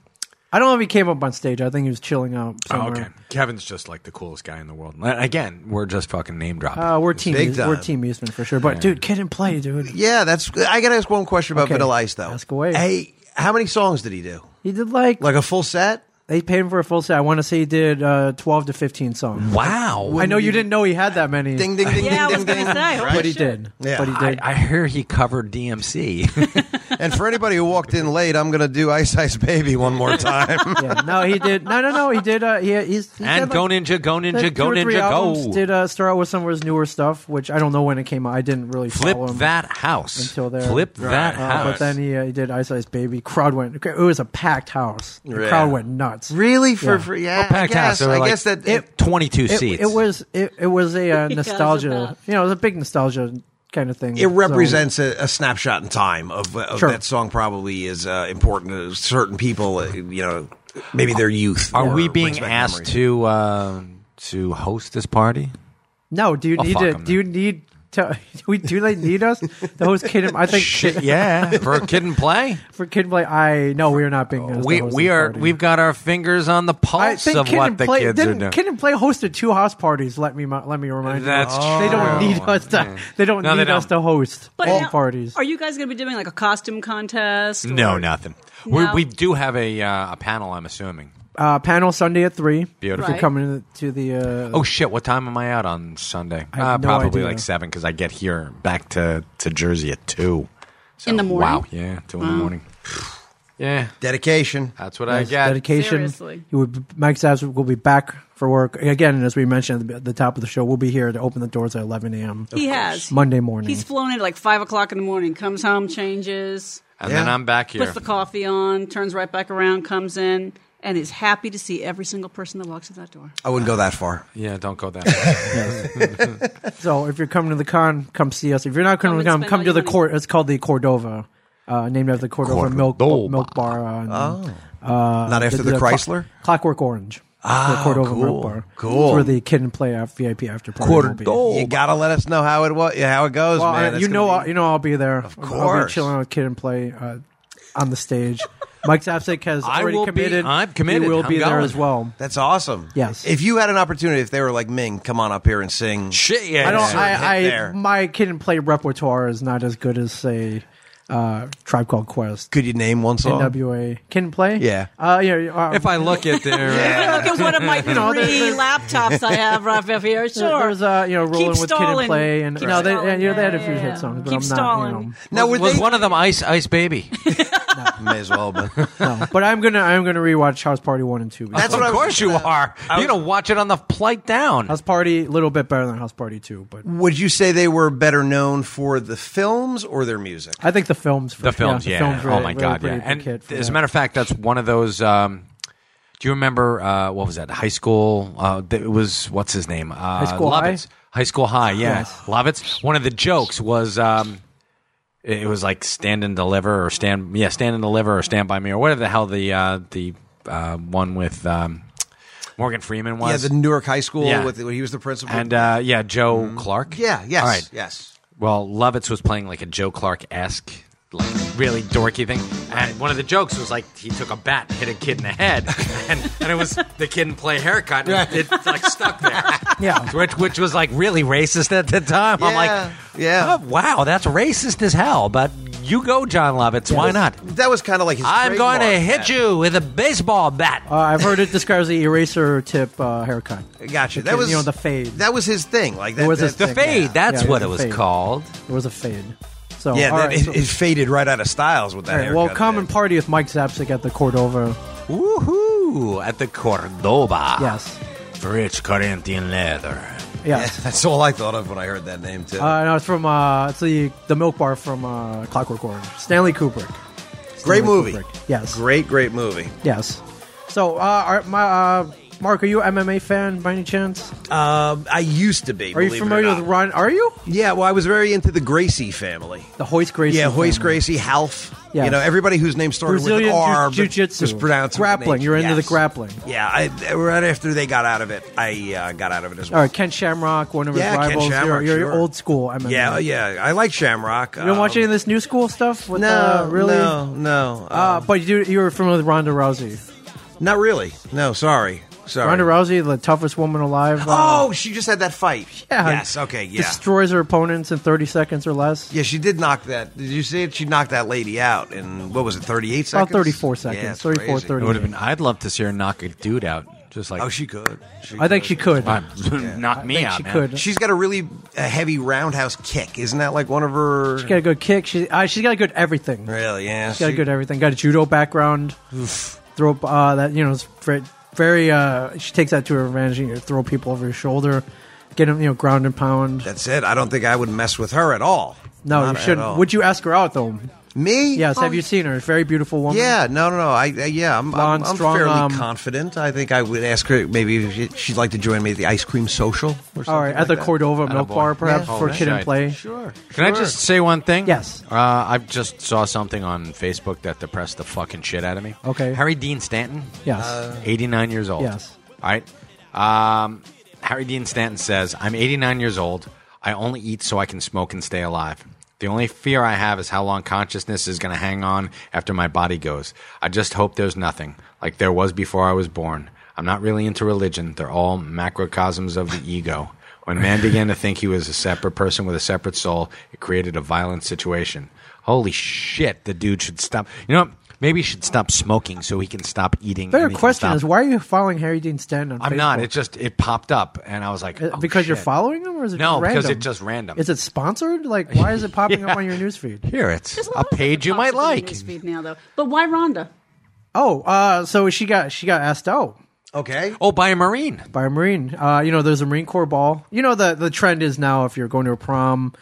I don't know if he came up on stage. I think he was chilling out
Oh,
somewhere.
Kevin's just like the coolest guy in the world. And Again, we're just fucking name dropping.
Uh, we're team.
big
Eas- We're
time.
team Eastman for sure. But dude, kid and play, dude.
Yeah, that's. I got to ask one question about
Okay.
Vanilla Ice though.
Ask away.
Hey, how many songs did he do?
He did like,
Like a full set?
They paid him for a full set. I want to say he did uh, 12 to 15 songs.
Wow.
I know you didn't know he had that many.
Ding ding ding
Yeah, I
ding
was
ding
gonna
ding.
say, holy
But he
shit.
did.
Yeah.
But he
I,
did.
I hear he covered DMC.
And for anybody who walked in late, I'm going to do Ice Ice Baby one more time.
yeah. No, he did. No, no, no. He did. Uh, he, he's, he
and
did,
Go
like,
Ninja, Go
two or
Ninja, Go
three
Ninja,
albums.
Go.
Did uh, start out with some of his newer stuff, which I don't know when it came out. I didn't really
Flip
follow him.
that house.
until there.
Flip that
Uh,
house.
But then he, uh, he did Ice Ice Baby. Crowd went. It was a packed house. The
Yeah.
crowd went nuts.
really? For
Yeah.
yeah, for, yeah I
Packed Oh, house.
guess.
There were
I
like
guess that
it, 22
It,
seats.
it was it, it was a uh,
He does it
nostalgia.
best.
You know, it was a big nostalgia kind of thing.
it
So-
represents a, a snapshot in time of, of
Sure.
that song. Probably is uh, important to certain people. uh, You know, maybe their youth.
Are
or
we
brings
being
back
asked
memories.
to uh, to host this party?
No, do you
Oh,
need
fuck
to?
'em
Do you need? To, do we do they need us? The host kid. I think
Shit, yeah. For a kid and play,
for kid and play. I no, we are not being. asked to
we
host
we
this
are
party.
we've got our fingers on the
I
pulse
think
of
kid
what
and
the
play,
kids are
didn't-
doing.
Kid and play hosted two house parties. Let me let me remind
That's
you. They don't
true.
need us to. They don't
No,
need
they
us
don't.
to host
But
all
now-
parties.
Are you guys going to be doing like a costume contest?
no,
or-
nothing.
No.
We we do have a uh, a panel. I'm assuming.
Uh, panel Sunday at three.
Beautiful.
If you're
Right.
coming to the uh,
Oh shit! What time am I out on Sunday?
I have
uh,
no
probably
idea.
like seven because I get here back to to Jersey at two. So,
In the morning?
Wow. Yeah, two in the morning. Yeah,
dedication?
that's what I
Yes,
get.
dedication.
Seriously.
You would, Mike Zabs will be back for work again. As we mentioned at the top of the show, we'll be here to open the doors at 11 a.m.
He has.
Monday morning.
He's flown in at like 5 o'clock in the morning, comes home, changes,
and
Yeah.
then I'm back here.
puts the coffee on, turns right back around, comes in, and is happy to see every single person that walks in that door.
I wouldn't go that far.
yeah, don't go that. way.
so if you're coming to the con, come see us. If you're not coming to
Come and
the con,
spend
come
all
to
your
the
money.
court. It's called the Cordova, uh, named after the Cordova, Milk
Cordova.
Milk Bar. uh, On,
Oh.
Not after the,
Clo-
Chrysler.
Clockwork Orange.
Ah,
the Cordova
cool,
Milk Bar.
cool.
It's where the kid and play after VIP after party. will be.
You gotta let us know how it was, how it goes,
Well,
man. It's
I, Oh, you know,
gonna
I'll, you know, I'll be there. Of I'll be
course.
chilling with Kid and Play uh, on the stage. Mike Zapsik has
I
already
will be-
committed.
I'm committed.
He will
I'm
be there
going.
as well.
That's awesome.
Yes.
If you had an opportunity, if they were like Ming, come on up here and sing.
Shit, yeah.
I don't.
Sort of hit
I, I
there.
my Kid and Play repertoire is not as good as say uh, Tribe Called Quest,
Could you name one song?
NWA, Kid and Play.
Yeah.
Uh, you know, uh,
if I look at uh, their
Look at one of my three
know, there's- there's-
laptops I have right up here. Sure.
There's uh, you know, rolling with Kid and
stalling.
Play, and
Keep
no, they,
stalling.
you know, they had a
Yeah,
few
yeah,
hit
yeah.
songs, but
Keep
I'm not. You
stalling.
know,
Now, were
was
they-
one of them Ice Ice Baby.
May as well, but
no. But I'm gonna I'm gonna rewatch House Party one and two.
That's
of
what I was
course you are. You're gonna watch it on the flight down.
House Party a little bit better than House Party two, but
would you say they were better known for the films or their music?
I think the films. For,
the films,
the
yeah.
films really-
oh my
really
god,
pretty
yeah. And
big hit for
as a
that.
matter of fact, that's one of those. Um, do you remember uh, what was that? High school. Uh, th- it was what's his name? Uh, High
School High?
Lovitz. High? school high. Yeah,
Yes.
Lovitz. One of the jokes was. Um, it it was like stand and deliver, or stand, yeah, stand and deliver, or stand by me, or whatever the hell the uh, the uh, one with um, Morgan Freeman
Yeah,
was,
the Newark High School
Yeah.
with he was the principal.
and uh, yeah, Joe Clark.
Mm-hmm. yeah, yes,
All right.
yes.
Well, Lovitz was playing like a Joe Clark esque, like really dorky thing. And one of the jokes was like he took a bat and hit a kid in the head, and, and it was the kid in play haircut. And it like stuck there,
yeah,
which which was like really racist at the time. I'm
Yeah,
like,
yeah.
oh, wow, that's racist as hell. But you go, John Lovitz. Why not?
That was kind of like his.
I'm going to
trademark,
hit you with a baseball bat.
uh, I've heard it described as the eraser tip uh, haircut.
that. Gotcha.
The
That
kid-
was
you know the fade.
That was his thing. Like that
was
that,
his
the
thing,
fade.
yeah.
That's
Yeah,
what
the
it was
fade.
called.
It was a fade. So
Yeah,
all
that,
right,
it,
so-
it faded right out of styles with that.
all right, well,
haircut,
come
man.
and party with Mike Zapsik at the Cordova.
Woohoo! At the Cordoba.
Yes,
Rich Corinthian leather.
yes.
That's all I thought of when I heard that name too.
Uh, no, it's from uh, it's the the milk bar from uh, Clockwork Orange. Stanley Kubrick.
great
Stanley
movie.
Kubrick. Yes.
Great, great movie.
Yes. So, uh, are, my uh, Mark, are you an MMA fan by any chance?
Um, I used to be.
Are you
believe it or
familiar
not.
with Ron? Are you
Yeah, well, I was very into the Gracie family.
the Hoist Gracie?
Yeah, Hoist
family.
Gracie, Half.
Yes.
You know, everybody whose name started
Brazilian
with an R but
jiu- jitsu
was pronounced with an
grappling.
H.
You're into the
Yes.
grappling.
Yeah, I, right after they got out of it, I uh, got out of it as
All
well.
right, Ken Shamrock, one of his
Yeah, Ken
rivals. You're-
Shamrock,
you're,
sure.
old school MMA.
Yeah, oh, yeah, I like Shamrock. Um,
You don't watch any of this new school stuff? With,
No,
uh, really?
no, no,
Uh, but you do, you were familiar with Ronda Rousey.
not really. No, sorry. Sorry.
Ronda Rousey, the toughest woman alive. uh,
Oh, she just had that fight.
yeah,
Yes. Okay. Yeah.
Destroys her opponents in 30 seconds or less.
yeah, she did knock that. Did you see it? She knocked that lady out in what was it, thirty-eight seconds?
About 34 seconds,
Yeah, it's
34,
crazy.
30.
It would have been. I'd love to see her knock a dude out, just like
Oh, she could. She
I think she could.
I'm- knock me
think
out.
she
man.
could.
She's got a really uh heavy roundhouse kick. Isn't that like one of her?
She got a good kick. She, uh, she's got a good everything.
really? Yeah.
She's got a good everything. Got a judo background. Throw uh, that you know it's very, very uh, she takes that to her advantage. You know, throw people over your shoulder, get them you know ground and pound.
That's it. I don't think I would mess with her at all.
no,
Not
you
at
shouldn't.
all.
Would you ask her out though?
Me?
Yes.
Oh,
have you seen her? Very beautiful woman.
Yeah, no, no, no. I, I yeah, I'm,
Blonde,
I'm, I'm
strong um,
fairly
arm.
confident. I think I would ask her maybe if she, she'd like to join me at the ice cream social or something.
All right, at
like
the
that.
Cordova Milk
Attaboy.
Bar, perhaps
Yeah.
for
Oh,
kid and
right.
play.
Sure.
Can I
sure.
just say one thing?
Yes.
Uh, I just saw something on Facebook that depressed the fucking shit out of me.
Okay.
Harry Dean Stanton.
Yes.
89 years old.
Yes.
All right. Um, Harry Dean Stanton says, I'm 89 years old. I only eat so I can smoke and stay alive. The only fear I have is how long consciousness is going to hang on after my body goes. I just hope there's nothing like there was before I was born. I'm not really into religion. They're all macrocosms of the ego. When man began to think he was a separate person with a separate soul, it created a violent situation. Holy shit, the dude should stop. You know, what? maybe he should stop smoking so he can stop eating.
Better
and he can
question
stop-
is why are you following Harry Dean Stanton? On
I'm not.
Facebook?
It just it popped up, and I was like,
Uh,
oh,
because you're
shit.
following him, or is it
No,
just random?
because it just random.
Is it sponsored? Like, why is it popping up on your newsfeed?
Here it's
There's lot
a
of
page
different
you might like.
options in the newsfeed now, though. But why Rhonda?
Oh, uh, so she got she got asked out
Okay.
Oh, by a marine.
by a marine. Uh, you know, there's a Marine Corps ball. You know, the the trend is now if you're going to a prom,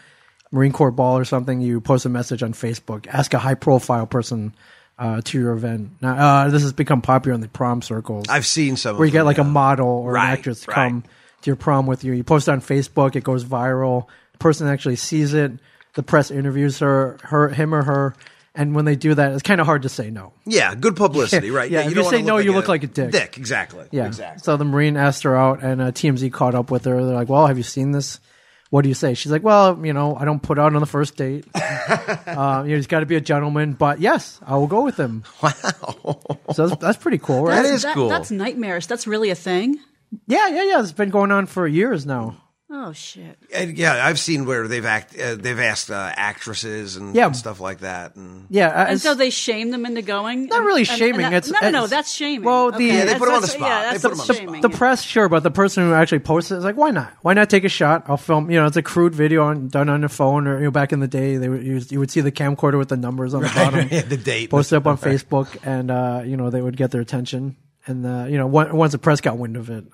Marine Corps ball or something, you post a message on Facebook, ask a high profile person uh, to your event. Now, uh, this has become popular in the prom circles.
I've seen some.
where
of
you get
them,
like a
yeah.
model or
Right,
an actress to
right.
come to your prom with you. You post it on Facebook, it goes viral. The person actually sees it. The press interviews her, her, him or her, and when they do that, it's kind of hard to say no.
Yeah, good publicity,
Yeah,
right?
yeah, if you
don't
say
wanna
no, you look like a dick.
Dick, exactly.
Yeah,
exactly.
So the Marine asked her out, and uh, TMZ caught up with her. They're like, "Well, have you seen this? What do you say?" She's like, "Well, you know, I don't put out on the first date. uh, you just got to be a gentleman." But yes, I will go with him. Wow. So that's, that's pretty cool, right?
That is cool.
That's nightmarish. That's really a thing.
yeah, yeah, yeah. It's been going on for years now.
Oh shit!
And yeah, I've seen where they've act, uh, they've asked uh, actresses and,
Yeah.
and stuff like that. And
Yeah, uh,
And
it's-
so they shame them into going.
Not
And-
really
and- and
shaming,
that-
it's-
no, no, no,
it's-
that's shaming.
well, the- Yeah,
they put 'em on the
that's-
spot.
Yeah,
They
that's
put 'em on the
shaming.
spot.
the press, sure, but the person who actually posted it is like, why not? Why not take a shot? I'll film. You know, it's a crude video on, done on your phone, or you know, back in the day, they would, you, you would see the camcorder with the numbers on the bottom,
yeah, the date.
posted up on Facebook, and uh, you know they would get their attention. And uh, you know, on- once the press got wind of it,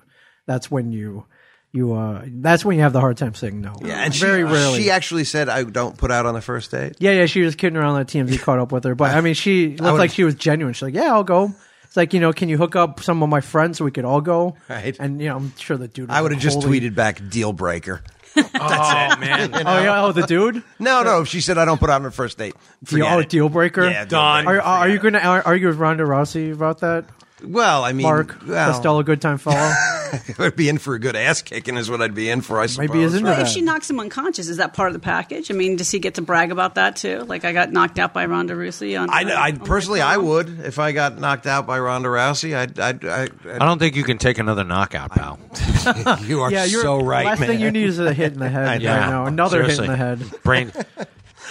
that's when you you uh, that's when you have the hard time saying no.
Yeah, and
very
she,
rarely.
She actually said, "I don't put out on the first date."
yeah, yeah, she was kidding around. That TMZ caught up with her, but I mean, she looked
would-
like she was genuine. She's like, "Yeah, I'll go." It's like you know, can you hook up some of my friends so we could all go?
Right.
And you know, I'm sure the dude. was
I would have
like,
just
"Holy
tweeted back, "Deal breaker."
That's it, man.
Oh, yeah, oh, the dude?
No, no, she said, "I don't put out on the first date."
Deal,
Forget
oh,
it.
deal breaker?
Yeah, deal
Done.
Are,
breaker.
are you going to argue with Ronda Rousey about that?
Well, I mean,
Mark
well,
Costello, good time fellow?
I'd be in for a good ass kicking, is what I'd be in for. I suppose.
Maybe he's into
Well,
that.
if she knocks him unconscious, is that part of the package? I mean, does he get to brag about that too? Like, I got knocked out by Ronda Rousey on.
I,
uh,
I
on my
personally, I
phone?
would if I got knocked out by Ronda Rousey. I'd, I'd, I'd,
I don't think you can take another knockout, pal.
I'd you are
yeah, you're
so right,
Last
man.
thing you need is a hit in the head right now. Another hit in the head.
Brain.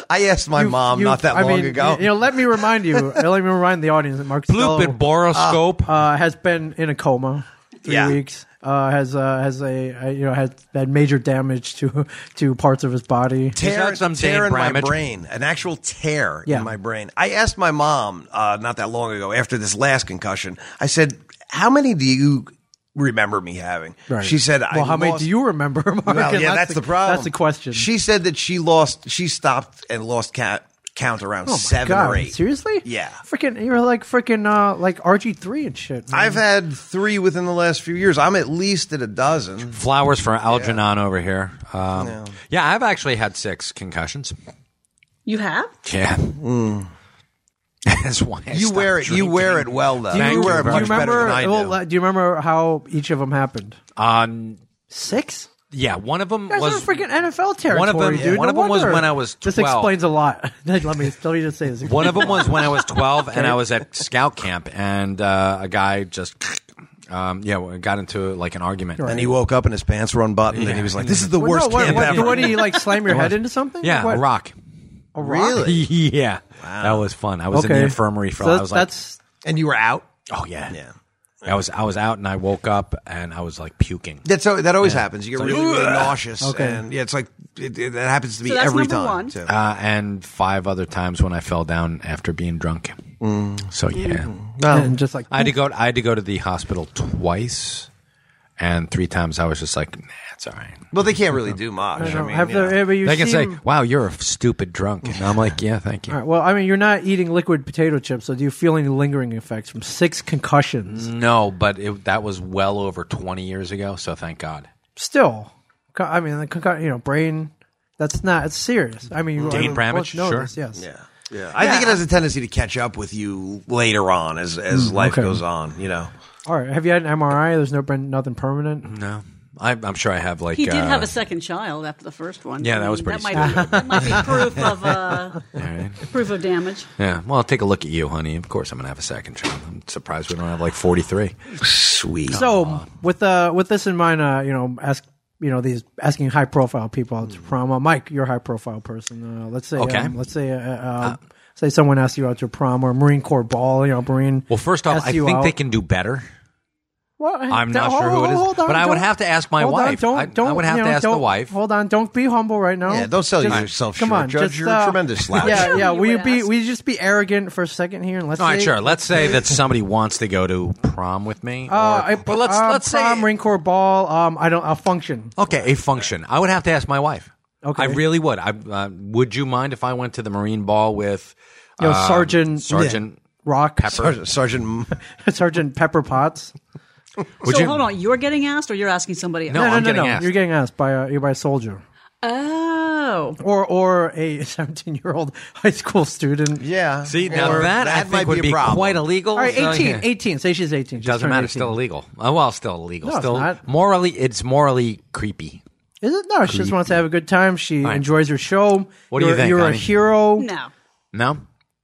I asked my
You-
mom
you-
not that
I
long
mean,
ago.
You know, let me remind you. let me remind the audience that Mark Costello
Bloop boroscope.
uh, has been in a coma three
Yeah.
weeks. Uh, has uh, has a uh, you know has had major damage to to parts of his body.
tear,
that some
tear
Dane
in my
Bramage?
brain, an actual tear
Yeah.
in my brain. I asked my mom uh, not that long ago after this last concussion. I said, "How many do you remember me having?"
Right.
She said,
"Well,
I
how many
lost-
do you remember?" Mark?
Well,
And
yeah, that's, the, problem.
That's the question.
She said that she lost. She stopped and lost count count around
Oh my
seven
God,
or eight.
Seriously?
Yeah.
Freaking, you're like freaking uh, like RG three and shit. man.
I've had three within the last few years. I'm at least at a dozen.
Flowers for Algernon over here. Um, yeah. I've actually had six concussions.
You have?
Yeah. That's why I
You
stopped
wear it. You
drinking.
wear it well, though.
Thank
you wear
you
it
very
much
do you remember?
better than I do.
well, uh, do you remember how each of them happened?
On
Six.
Um, yeah, one of them
Guys,
was
was freaking NFL territory.
One of them,
dude.
one
No
of them was
wonder.
when I was twelve.
This explains a lot. let me let me just say this.
One of them was when I was 12 and I was at scout camp and uh, a guy just Um, yeah, well, I got into like an argument.
And he woke up and his pants were unbuttoned, and he was like, "This is the
Well,
worst
no, what,
camp
what,
ever."
What do you like? Slam your head into something?
Yeah,
What?
a rock.
really?
yeah, that was fun. I was in the infirmary for.
So
I was like,
that's
And you were out.
oh yeah,
Yeah.
I was I was out and I woke up and I was like puking.
That's al- that always happens. You get
It's like,
really, really nauseous,
Okay.
and yeah, it's like it, it, that happens to me
So that's
every
number
time.
one.
too.
Uh, and five other times when I fell down after being drunk. So yeah,
and just like
I had to go. I had to go to the hospital twice, and three times I was just like, nah, it's all right.
well, they can't really do much. I,
I don't
mean,
have
you know.
the, have you
They can say,
seen-
"Wow, you're a stupid drunk," and I'm like, "Yeah, thank you."
All right, well, I mean, you're not eating liquid potato chips, so do you feel any lingering effects from six concussions?
No, but it, that was well over 20 years ago, so thank God.
Still, co- I mean, the concu- you know, brain. That's not. It's serious. I mean,
Brain
I
damage,
both know
sure.
this, yes.
yeah, yeah. I think it has a tendency to catch up with you later on as as life
Mm, okay.
goes on. You know,
All right. Have you had an MRI? There's no brain, nothing permanent.
No, I, I'm sure I have like.
He did
uh,
have a second child after the first one.
Yeah, that was pretty
That might, be, that might be proof of uh,
right.
proof of damage.
Yeah, well, take a look at you, honey. Of course, I'm gonna have a second child. I'm surprised we don't have like 43.
sweet.
Uh-huh.
So, with uh, with this in mind, uh, you know, ask you know these asking high profile people out to prom. Uh, Mike, you're a high profile person. Uh, let's say,
Hmm. Okay.
um, let's say, uh, uh, say someone asks you out to a prom or Marine Corps ball. You know, Marine.
Well, first off,
asks
I
you
think
out.
they can do better.
Well,
I'm not
hold-
sure who it is,
hold on,
but I would
don't-
have to ask my
hold on,
wife. I- I would have
you
to ask the
don't-
wife.
Hold on, don't be humble right now.
Yeah, don't sell
Just-
yourself
Come
short,
on,
Judge.
just,
You're a
uh,
tremendous slouch.
Yeah, yeah.
You
Will you
would
be?
ask.
Will you just be arrogant for a second here and let's.
All right,
say,
sure. Let's say that somebody wants to go to prom with me.
Uh,
or,
I,
but let's
uh,
let's
prom,
say
Marine Corps ball. Um, I don't. A function.
Okay, a function. I would have to ask my wife.
Okay.
I really would. I uh, would you mind if I went to the Marine Ball with
You know,
um,
Sergeant
Sergeant
Rock.
Pepper?
Sergeant, Sergeant
Sergeant Pepper Potts.
Would
so
you?
hold on, you're getting asked, or you're asking somebody?
No,
else?
No,
Oh, I'm
no, no,
getting
no.
asked.
You're getting asked by a you're by a soldier
Oh,
or or a 17 year old high school student.
Yeah.
See now
Or
that, I
might
think would
be,
be
a problem.
quite illegal.
All right,
So,
18,
yeah.
18. Say she's 18. She's
Doesn't
turned
matter.
18.
Still illegal. Uh, well, still illegal.
No, it's
still
not.
morally, it's morally creepy.
Is it? No, she just wants to have a good time. She
right.
enjoys her show.
What do
you're,
you think,
You're a
Connie?
hero.
no.
No,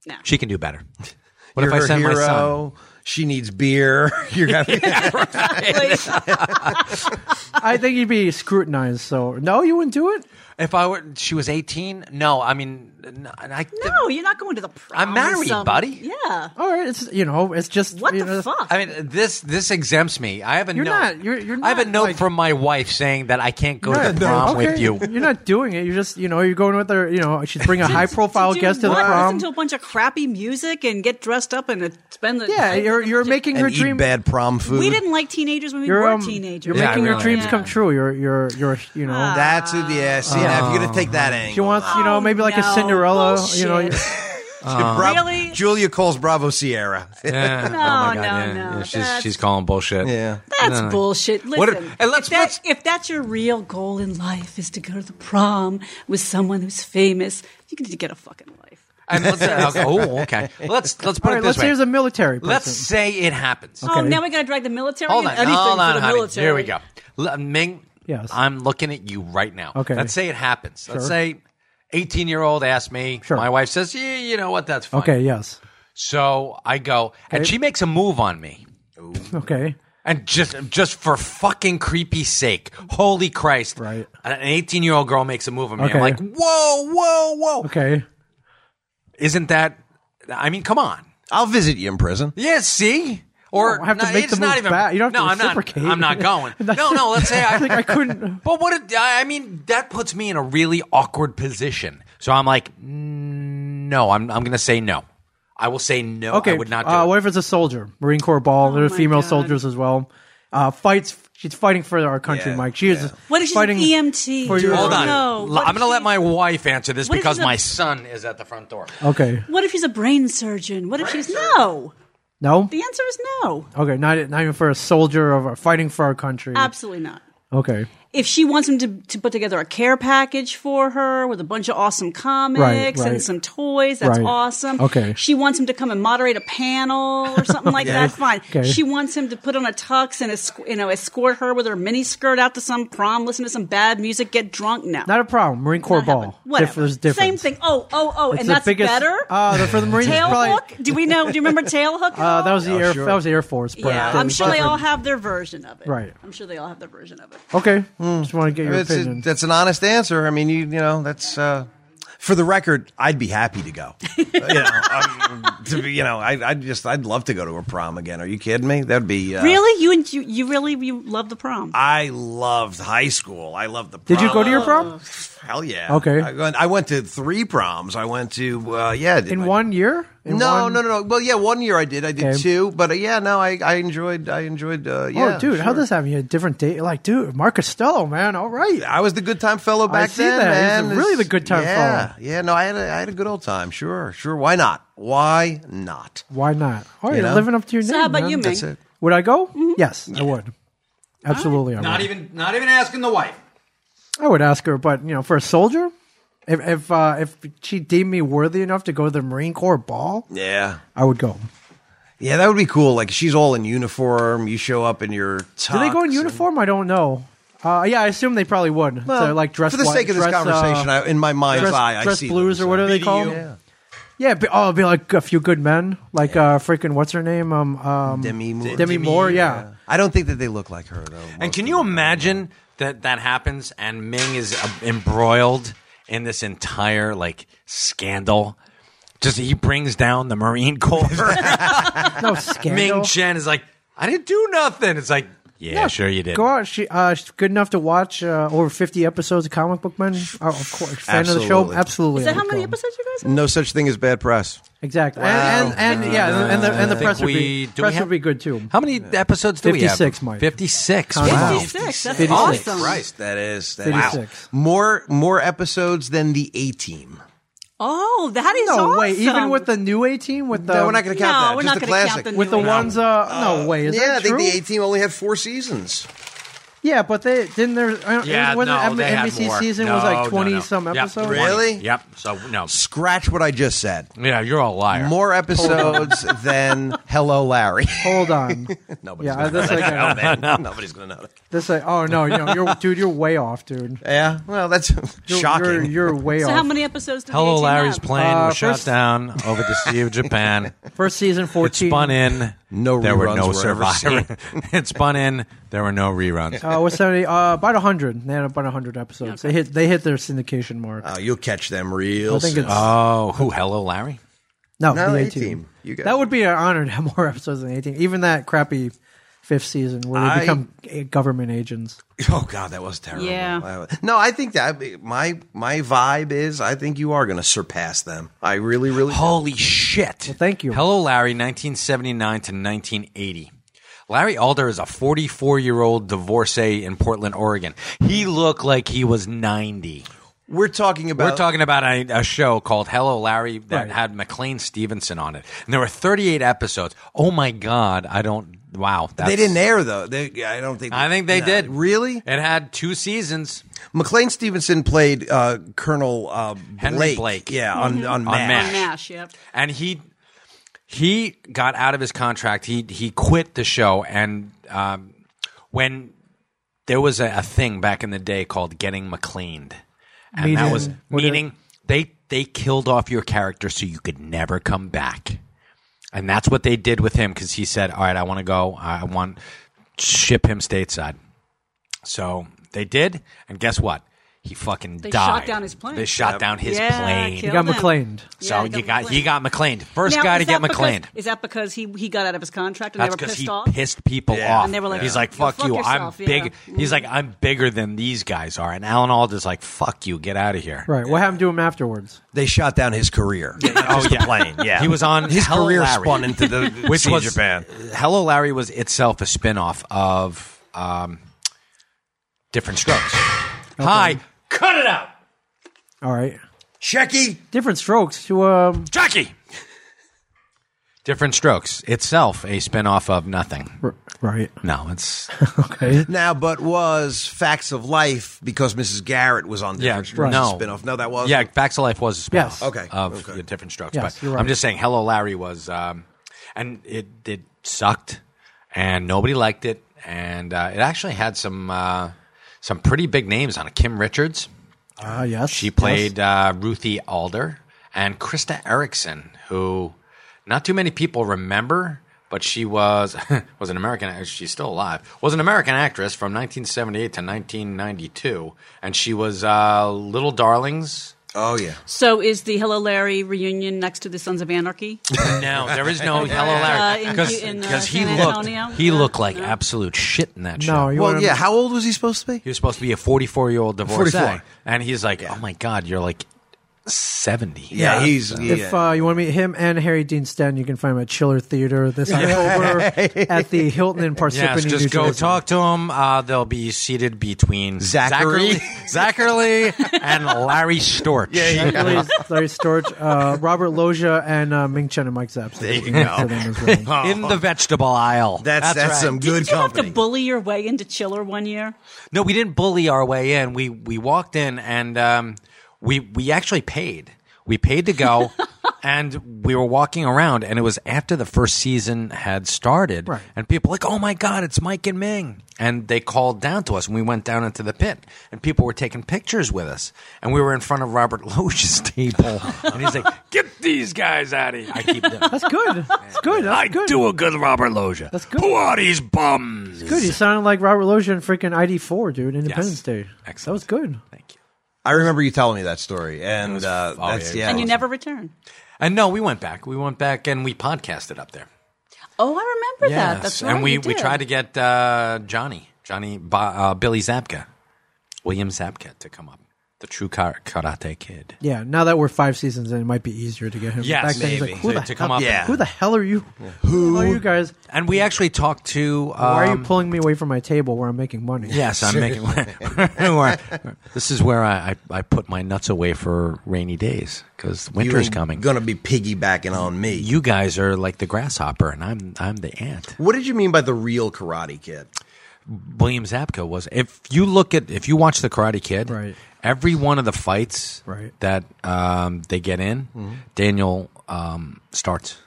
No.
she can do better. What
You're
if I
her
send my son?
hero. She needs beer. You're gonna,
Please.
I think you'd be scrutinized. So no, you wouldn't do it.
If I were, she was eighteen. No, I mean, n- I,
No, you're not going to the prom.
I'm
with
married,
some-
buddy.
Yeah.
All right, it's you know, it's just
What
you know,
the fuck?
I mean, this this exempts me. I have a
You're
note.
not- you're- you're
I have a
not,
note
like-
from my wife saying that I can't go
You're
to
not-
the prom
okay,
with you.
You're not doing it. You're just you know, you're going with her. You know, she's bringing a high profile
To do
guest to the
what?
prom.
Listen to a bunch of crappy music and get dressed up and uh, spend the
Yeah, you're you're making her
and eat
dream.
bad prom food.
We didn't like teenagers when we
You're
were
um,
teenagers. Ah,
you're
Yeah, I
making your
really
dreams
am.
come true. You're you're you're you know.
That's it. Yeah. See, now if you're gonna take that angle,
Uh, she wants you know
Oh,
maybe like a
no.
Cinderella. You know,
Bullshit.
Um,
Bra-
Really?
Julia calls Bravo Sierra.
Yeah. Oh
No, no,
yeah.
no.
Yeah, she's
That's-
she's calling bullshit.
Yeah.
That's bullshit. Listen,
What- and let's-
if, that-
let's-
if that's your real goal in life is to go to the prom with someone who's famous, you need to get a fucking life.
And let's, okay, oh, okay. Let's let's put
all
it
right,
this
let's
way.
say there's a military person.
let's say it happens.
Oh,
Okay.
now we got to drag the military.
Hold
in?
on,
Anything
hold on,
for the
honey.
military.
Here we go. L- Ming,
Yes.
I'm looking at you right now.
Okay.
Let's say it happens. Let's
Sure.
say 18 year old asked me.
Sure.
My wife says, yeah, you know what? That's fine.
okay. Yes.
So I go, and
Okay.
she makes a move on me.
Okay.
And just just for fucking creepy sake, holy Christ!
Right.
An eighteen year old girl makes a move on me.
Okay.
I'm like, whoa, whoa, whoa!
Okay.
Isn't that? I mean, come on.
I'll visit you in prison.
Yeah, see. Or
No, I have to
no,
make
it's
the
not
move
even.
back. You don't have
no,
to
I'm not.
reciprocate.
I'm not going. no, no. Let's say I.
I think I couldn't.
but what? If, I I mean, that puts me in a really awkward position. So I'm like, no. I'm. I'm gonna say no. I will say no.
Okay.
I would not do
uh,
it.
What if it's a soldier? Marine Corps ball. there are
Oh my
female
God.
soldiers as well. Uh, fights. She's fighting for our country,
Yeah,
Mike. She is.
yeah.
What if she's an E
fighting
EMT?
for your-
Hold on.
No,
L-
what
I'm
if
going to let
she-
my wife answer this
What if
because
she's a-
my son is at the front door.
Okay.
What if she's a brain surgeon? What if she's no?
No.
The answer is no.
Okay. Not not even uh, for a soldier of fighting for our country.
Absolutely not.
Okay.
if she wants him to, to put together a care package for her with a bunch of awesome comics
right.
and some toys, that's
Right.
awesome.
Okay.
She wants him to come and moderate a panel or something like that. Fine.
Okay.
She wants him to put on a tux and esc- you know escort her with her miniskirt out to some prom, listen to some bad music, get drunk. No,
Not a problem. Marine Corps
Not happening.
ball.
Whatever.
Diff- there's difference.
Same thing. Oh, oh, oh,
It's
and
the
that's
biggest-
better.
Uh, the- for the Marines,
tail
probably,
hook. Do we know? Do you remember tail hook? at
Uh, that
all?
was the air. That was the Air Force. Brad.
Yeah,
That
I'm
was
sure they all
different.
have their version of it.
Right.
I'm sure they all have their version of it.
Okay, just want to get your
It's a-
opinion.
that's an honest answer. I mean, you, you know, that's uh, for the record. I'd be happy to go. you know, I, to be, you know, I, I just I'd love to go to a prom again. Are you kidding me? That'd be uh,
Really, you and you, you really you love the prom.
I loved high school. I loved the. Prom.
Did you go to your
Oh,
prom
Hell yeah.
Okay.
I went, I went to three proms. I went to uh, yeah. I did
in
my-
one year? In
no,
one-
no, no, no. Well, yeah, one year I did. I did
Okay.
two, but uh, yeah, no, I, I enjoyed. I enjoyed. Uh, yeah,
oh, dude,
sure.
how'd this happen? You had a different date? Like, dude, Mark Costello, man. All right.
I was the good time fellow back
see
then,
that. He was
man.
the- really the
This-
good time
yeah,
fellow.
Yeah, no, I had a, I had a good old time. Sure, sure. Why not? Why not?
Why not? All right,
You know?
living up to your
So
name.
how about
man.
you, Mm-hmm. Ming?
That's it.
Would I go? Yes, I would. Absolutely, I would.
Not even, not even asking the wife.
I would ask her, but you know, for a soldier, if if uh, if she deemed me worthy enough to go to the Marine Corps ball,
Yeah,
I would go.
yeah, that would be cool. Like she's all in uniform. You show up in your.
Do they go
tux
in
and-
uniform? I don't know. Uh, yeah, I assume they probably would.
Well,
So, like dress
for the
white-
sake of this
dress, uh,
conversation, I, in my mind's
dress-
eye, I
dress
see
blues
them,
or whatever
so-
they call 'em?
Yeah.
yeah, be, oh, it'd be like a few good men, like uh, freaking what's her name, um, um,
Demi Moore.
Demi Moore, yeah.
I don't think that they look like her though.
And can you imagine that that happens and Ming is uh, embroiled in this entire like scandal? Just he brings down the Marine Corps.
no scandal.
Ming Chen is like, I didn't do nothing. It's like, yeah, sure you did.
Go out. She, uh, she's good enough to watch uh, over fifty episodes of Comic Book Men. Uh, of course, fan of the
Absolutely.
show. Absolutely.
Is that
I
how
would
many
go.
episodes you guys? Have?
No such thing as bad press.
Exactly. And, and, and yeah, and the and the
I think
press would
we-
be
do we
press
have-
would be good too.
How many episodes do we have?
56, Mike.
Fifty-six.
Time
Wow.
out.
56. That's
56.
awesome.
Christ, that is that
36.
wow. More more episodes than the A Team.
Oh, that is
No
awesome.
way. Even with the new A team, with the
No, we're not going to count
No,
that.
we're
Just
not
the
gonna count
classic.
the new
with the
No.
ones. Uh, no way. Is
yeah, I
that
think
true?
the A Team only had four seasons.
yeah, but they didn't. There. uh,
Yeah,
wasn't
no,
M-
they had
NBC
more.
season was
No,
like
no,
twenty
no.
some
Yep,
episodes.
20.
Really?
Yep. So no.
Scratch what I just said.
Yeah, you're a liar.
More episodes than Hello Larry.
Hold on.
Nobody's
yeah,
gonna
that's
know
like
that.
a,
man. Nobody's going to know that.
that's like. Oh no, no, you're dude, you're way off, dude.
Yeah, well, that's
You're,
shocking.
You're, you're way
So
off.
how many episodes did the
Hello,
18
Larry's
have?
plane
Uh,
was shot
first-
down over the Sea of Japan.
First season
It
fourteen.
spun in.
No
there were
reruns
no
were ever
survivors. it spun in. There were no reruns.
Uh, was seventy? Uh, about hundred. They had about hundred episodes. They hit. They hit their syndication mark.
Oh, you'll catch them real
I think
soon.
it's
Oh, who? Hello, Larry.
no,
No,
the
A
A team.
team. You guys-
That would be an honor to have more episodes than eighteen. Even that crappy fifth season where they
I-
become uh, government agents.
Oh God, that was terrible.
Yeah.
Wow. Oh. No, I think that my my vibe is I think you are going to surpass them. I really, really. do.
Holy shit!
thank you.
Hello, Larry, 1979 to 1980. Larry Alder is a 44 year old divorcee in Portland, Oregon. He looked like he was 90.
We're talking about.
We're talking about a, a show called Hello Larry that
Right.
had McLean Stevenson on it, and there were 38 episodes. Oh my God! I don't. Wow, that's,
They didn't air though. They, I don't think.
I think they
No.
did.
Really?
It had two seasons.
McLean Stevenson played uh, Colonel uh,
Henry
Blake.
Blake.
Yeah,
Mm-hmm.
on on MASH.
MASH.
Mash. Yep.
and he he got out of his contract. He he quit the show, and um, when there was a, a thing back in the day called getting McLeaned, and
Meaning-
that was
what
meaning they they killed off your character so you could never come back, and that's what they did with him because he said, "All right, I want to go. I want ship him stateside." So they did, and guess what? He fucking
They
died.
shot down his plane.
They shot down his
Yeah,
plane.
He
killed
got
them.
McLeaned.
Yeah,
So
they
you got
McLeaned.
he got McLeaned. First
Now,
guy to
is
get
that because-
McLeaned.
Is that because he he got out of his contract and
That's
they were
because
pissed
he
off?
pissed people
Yeah.
off.
And
they were like,
he's
"You
like, "Fuck
fuck
you,
yourself,"
I'm
yeah.
big." He's like, "I'm bigger than these guys are." And Alan Alda's like, "Fuck you, get out of here."
Right. What happened to him afterwards?
They shot down his career.
Oh yeah, plane.
yeah.
He was on
His
Hello
career
Larry,
spun into the
which
Sea of
was
Japan.
Hello Larry was itself a spin-off of um, Different Strokes. Hi, cut it out,
All right.
Shecky.
Different strokes to um.
Jackie. Different Strokes itself a spin-off of nothing.
R- right.
No, it's
Okay.
Now, but was Facts of Life because Mrs. Garrett was on
yeah,
different Strokes, a
no
spin-off. No, that was
yeah. Facts of Life was a spin-off.
Yes.
Okay,
of
okay.
the Different Strokes.
Yes,
but
you're right.
I'm just saying, Hello Larry was, um, and it it sucked, and nobody liked it, and uh, it actually had some uh, some pretty big names on it. Kim Richards.
Ah, yes.
She played uh, Ruthie Alder and Krista Erickson, who not too many people remember, but she was was an American. She's still alive. Was an American actress from 1978 to 1992, and she was uh, Little Darlings.
Oh yeah.
So is the Hello Larry reunion next to the Sons of Anarchy?
No, there is no Hello
Uh,
Larry
in- in, uh,
because he
San
looked
Antonio?
he
No,
looked like
no.
absolute shit in that show.
No, you
Well,
wanna-
yeah. How old was he supposed to be?
He was supposed to be a 44 year old divorcee,
44.
and he's like, "Oh my god, you're like 70."
Yeah, he's
If
yeah.
uh, you want to meet him and Harry Dean Stanton, you can find him at Chiller Theater this October at the Hilton in Parsippany,
Yes,
New
just go
Jersey.
talk to them. Uh, they'll be seated between
Zachary.
Zachary, Zachary and Larry Storch.
Larry, Larry Storch, uh, Robert Loja, and uh, Ming Chen and Mike Zaps. There
you go.
In the vegetable aisle.
that's that's,
right.
some good
Did you have
company.
to bully your way into Chiller one year?
No, we didn't bully our way in. We we walked in and um, we we actually paid. We paid to go, and we were walking around, and it was after the first season had started,
Right.
and people were like, "Oh my God, it's Mike and Ming!" And they called down to us, and we went down into the pit, and people were taking pictures with us, and we were in front of Robert Loge's table, and he's like, "Get these guys out of here!" I keep them.
That's good. That's good. That's
I
good.
do a good Robert Loja. That's
good.
Who are these bums?
Good. You sounded like Robert Loja in freaking ID4, dude. Independence
Yes.
Day. That
Excellent.
was good.
Thank you.
I remember you telling me that story, and uh,
oh,
that's
yeah,
yeah.
it
And you
Awesome.
never returned.
And no, we went back. We went back and we podcasted up there.
Oh, I remember that. That's right.
and we
you
we
did.
tried to get uh, Johnny Johnny Ba- uh, Billy Zabka, William Zabka to come up, the true kar- karate kid.
Yeah. Now that we're five seasons in, it might be easier to get him.
Yes,
Back then, he's like,
maybe.
who
To-
the
to
hell-
come up.
Yeah.
Who the hell are you? Who are you guys?
And we actually talked to. Um,
Why are you pulling me away from my table where I'm making money?
Yes, I'm making. where- this is where I, I, I put my nuts away for rainy days because
You
winter's
ain't
coming.
Gonna be piggybacking on me.
you guys are like the grasshopper, and I'm I'm the ant.
what did you mean by the real Karate Kid?
William Zabka was. If you look at, if you watch The Karate Kid,
Right.
every one of the fights
Right. Mm-hmm.
that um, they get in, Daniel um, starts.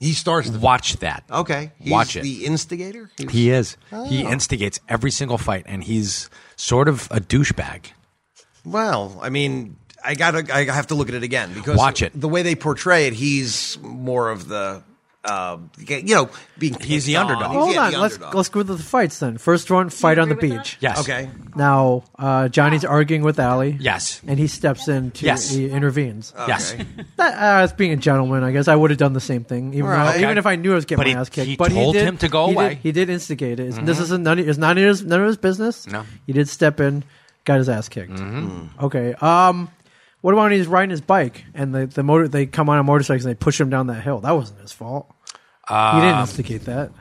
He starts the
Watch that.
okay. He's
Watch it.
The instigator. He was-
he is.
Oh.
He instigates every single fight, and he's sort of a douchebag.
Well, I mean, I gotta, I have to look at it again because
Watch it.
The way they portray it, he's more of the, uh, you know, being
He's the
picked on.
underdog.
He's-
Well, hold
yeah,
on.
the
Let's
underdog.
let's go to the fights then. First one, fight on the
agree with
beach.
Yes.
okay.
Now uh, Johnny's arguing with Allie.
Yes.
and he steps in to
Yes.
he intervenes.
Oh.
Yes.
That, uh, as being a gentleman, I guess I would have done the same thing, even though,
Right.
even if I knew I was getting
But
my
he-
ass kicked.
he
but
told
he did,
him to go
he did-
away. Mm-hmm.
he did instigate it. It's- This isn't none. Of, it's not his, none of his business.
No.
he did step in, got his ass kicked.
Mm-hmm.
Okay. Um, what about when he's riding his bike and the the motor? They come on a motorcycle and they push him down that hill. That wasn't his fault. he
Um,
didn't instigate that.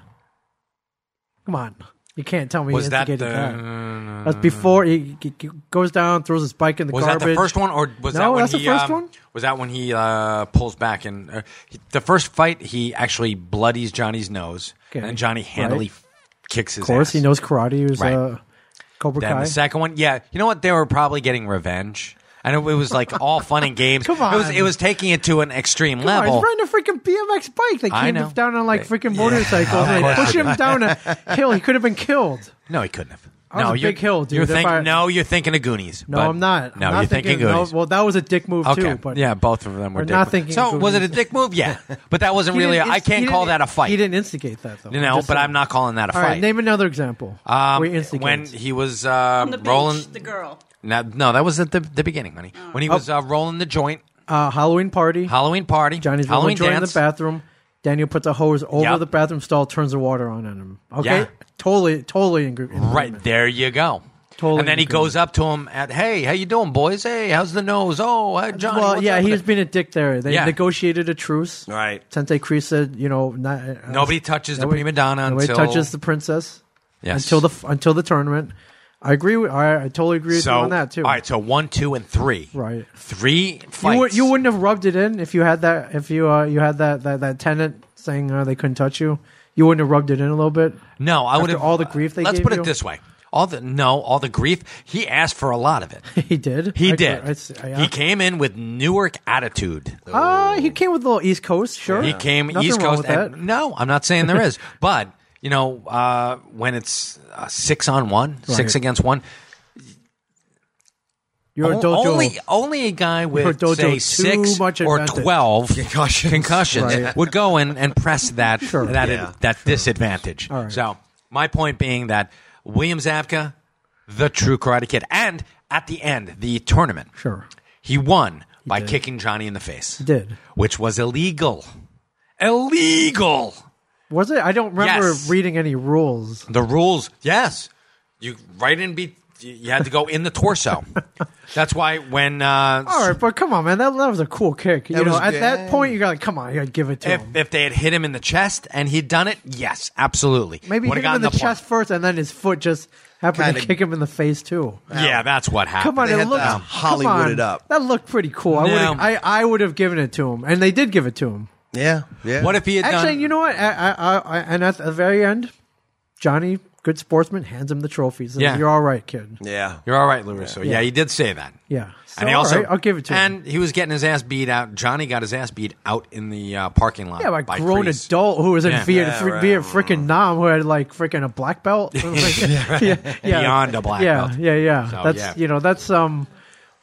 Come on, you can't tell me
Was
he
that
instigated
the?
that. That's before he, he- he goes down, throws his bike in the
Was
garbage.
that the first one, or was
No,
that when
that's the
he?
first
um,
one?
Was that when he uh, pulls back and uh, he, the first fight he actually bloodies Johnny's nose,
Okay.
and then Johnny handily
Right.
f- kicks his.
Of course,
ass.
he knows karate. He was
Right.
uh, Cobra
Then
Kai.
the second one, yeah, you know what? They were probably getting revenge. And it was like all fun and games.
Come
It was,
on.
it was taking it to an extreme
Oh,
level.
He's riding a freaking BMX bike. They
I
came
know.
down on like
They-
freaking motorcycles and they
course.
pushed him down a hill. He could have been killed.
No, he couldn't have.
That was
no,
a
you're,
big hill, dude.
You're
If
think,
I-
no, you're thinking of Goonies.
No,
but-
I'm not. I'm
No,
not
you're thinking,
no,
Goonies.
well, that was a dick move
okay.
too. But
yeah, both of them were
We're
dick
not
moves.
thinking
So
of
was it a
Goonies.
dick move? Yeah, but that wasn't
He
really.
didn't
I
inst-
can't
he
call
didn't-
that a fight.
He didn't instigate that though.
You know,
Just
but
saying.
I'm not calling that a
All
fight.
right, name another example.
Um,
where he instigates.
when he was uh,
On the beach,
rolling.
the girl.
No, no, that was at the, the beginning, honey. When
Oh.
he was uh, rolling the joint,
uh, Halloween party.
Halloween party,
Johnny's Halloween
Halloween
joint in the
dance.
bathroom. Daniel puts a hose over
Yep.
the bathroom stall, turns the water on on him. Okay,
Yeah.
totally, totally in, gr- in
Right
agreement.
there, you go.
Totally
and then he
agree.
goes up to him at, "Hey, how you doing, boys? Hey, how's the nose? Oh, uh, Johnny."
Well,
what's
yeah, he
up with
was
it?"
being a dick there. They
Yeah.
negotiated a truce.
Right.
Tensei Kreese said, you know, not, uh,
Nobody touches the
nobody-
prima donna
nobody
until
touches the princess
Yes.
until the f- until the tournament. I agree. With, I, I totally agree with
so
you on that too.
All right, so one, two, and three.
Right. you,
Three
would,
fights.
you wouldn't have rubbed it in if you had that if you uh, you had that that, that tenant saying uh, they couldn't touch you, you wouldn't have rubbed it in a little bit.
No, I
After
would have
all the grief they
Let's
gave
put
you?
it this way: all the no, all the grief. He asked for a lot of it.
He did.
He
I-
did.
I- I- yeah.
He came in with Newark attitude.
Uh, he came with a little East Coast, sure.
He came
Nothing
East
wrong
Coast.
with
and-
that.
no, I'm not saying there is, but you know, uh, when it's uh, six on one, six
Right.
against one,
You're a
o-
dojo.
only only a guy
Your
with
dojo
say
too
six
much
or
advantage.
twelve
Concussions.
concussions
Right.
would go in and press that
Sure.
that
Yeah.
that disadvantage.
All right.
So my point being that William Zabka, the true Karate Kid, and at the end the tournament,
Sure.
he won by kicking Johnny in the face. He
did.
which was illegal. Illegal.
Was it? I don't remember
Yes.
reading any rules.
The rules, yes. You right in be you had to go in the torso. That's why when uh,
All right, but come on, man. That, that was a cool kick. You
That
know,
was
at
good.
that point, you got to come on. You got to give it to
if,
him.
if they had hit him in the chest and he'd done it, yes, absolutely.
Maybe hit
Would've
him in the,
gotten
chest
point.
first, and then his foot just happened to
Kinda-
kick him in the face too.
Yeah, that's what happened.
Come on,
They
it
had
looked
to
come
Hollywood
on.
it up.
That looked pretty cool. I
No.
would I I would have given it to him, and they did give it to him.
Yeah, yeah.
What if he had
Actually,
done?
you know what? I, I, I, I, and at the very end, Johnny, good sportsman, hands him the trophies. And
Yeah.
you're all right, kid.
Yeah.
You're all right, Larusso. Yeah. he did say that.
Yeah, so,
and he
all
also,
right, I'll give it to him.
And he was getting his ass beat out. Johnny got his ass beat out in the uh, parking lot.
Yeah, by
by
a grown
Kreese.
adult who was in
Yeah.
Viet,
Yeah,
fr-
right.
Viet freaking Nam who had like freaking a black belt. It was like- yeah, yeah.
Beyond a black
yeah,
belt.
Yeah, yeah,
So,
That's
yeah.
you know that's um,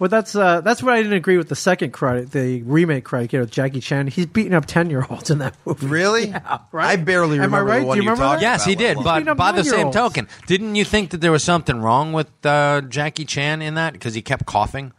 well that's uh that's what I didn't agree with the second credit, the remake credit, you know, Jackie Chan. He's beating up ten year olds in that movie.
Really?
right?
I barely
Am I
remember
right?
the
Do
one
you
you,
remember
talked
that?
Yes,
about.
he
Well,
did.
He's beating
But
up
by the same
nine-year-olds.
token, didn't you think that there was something wrong with uh, Jackie Chan in that because he kept coughing?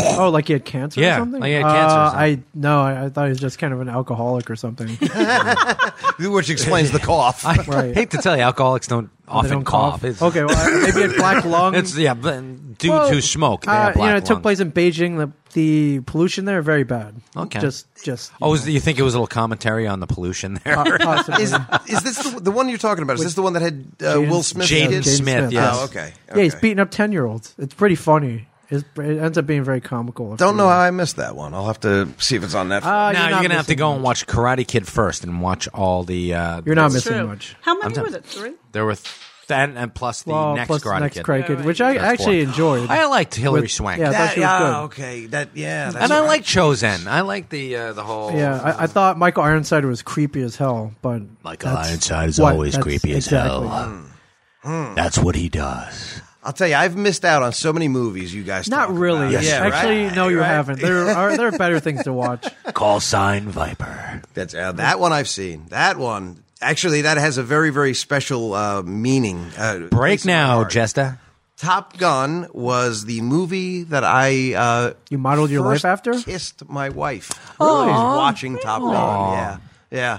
Oh, like he had cancer
Yeah,
or something?
like he had cancer or
Uh,
something.
I no, I, I thought he was just kind of an alcoholic or something.
which explains the cough.
I
Right.
hate to tell you, alcoholics don't
They
often
don't
cough. It's,
Okay, well, I- maybe he had black lungs.
it's yeah, but due
Well,
to smoke. They
uh,
have
you know,
black
it took
lungs.
place in Beijing. The the pollution there very bad.
Okay.
just just.
Oh, is, you think it was a little commentary on the pollution there?
po- possibly.
is is this the, the one you're talking about? Is this the one that had uh,
Jaden-
Will Smith?
Jaden
did?
Smith, yes.
Oh, okay.
Yeah, he's
okay.
beating up ten year olds. It's pretty funny. It's, it ends up being very comical.
Don't know how I missed that one. I'll have to see if it's on Netflix.
Uh,
now you're
not
gonna have to
missing
go
much.
and watch Karate Kid first and watch all the. Uh,
You're not
It's
missing
true.
much.
How many
I'm
were
t-
there? Three?
There were th- and, and plus the
Well,
next
plus
Karate
next
Kid.
Karate Kid,
Right,
which I
That's
actually
four.
enjoyed.
I liked Hillary
With-
Swank.
yeah, I thought
that,
she was
yeah,
good.
okay. That yeah. That's
and I
right.
like Chosen. I like the uh, the whole.
Yeah, I, I thought Michael Ironside was creepy as hell, but
Michael
that's
Ironside is
what-
always
that's
creepy as
exactly-
hell. That's what he does.
I'll tell you, I've missed out on so many movies. You guys,
Not
talk
really.
About. Yeah,
Actually,
right,
no, you
right.
haven't. There are there are better things to watch.
Call sign Viper.
That's uh, that one I've seen. That one actually that has a very very special uh, meaning. Uh,
Break
place in my
now,
heart.
Jesta.
Top Gun was the movie that I uh,
You modeled your
first
wife after?
Kissed my wife. Really? Watching Top Gun. Yeah, yeah.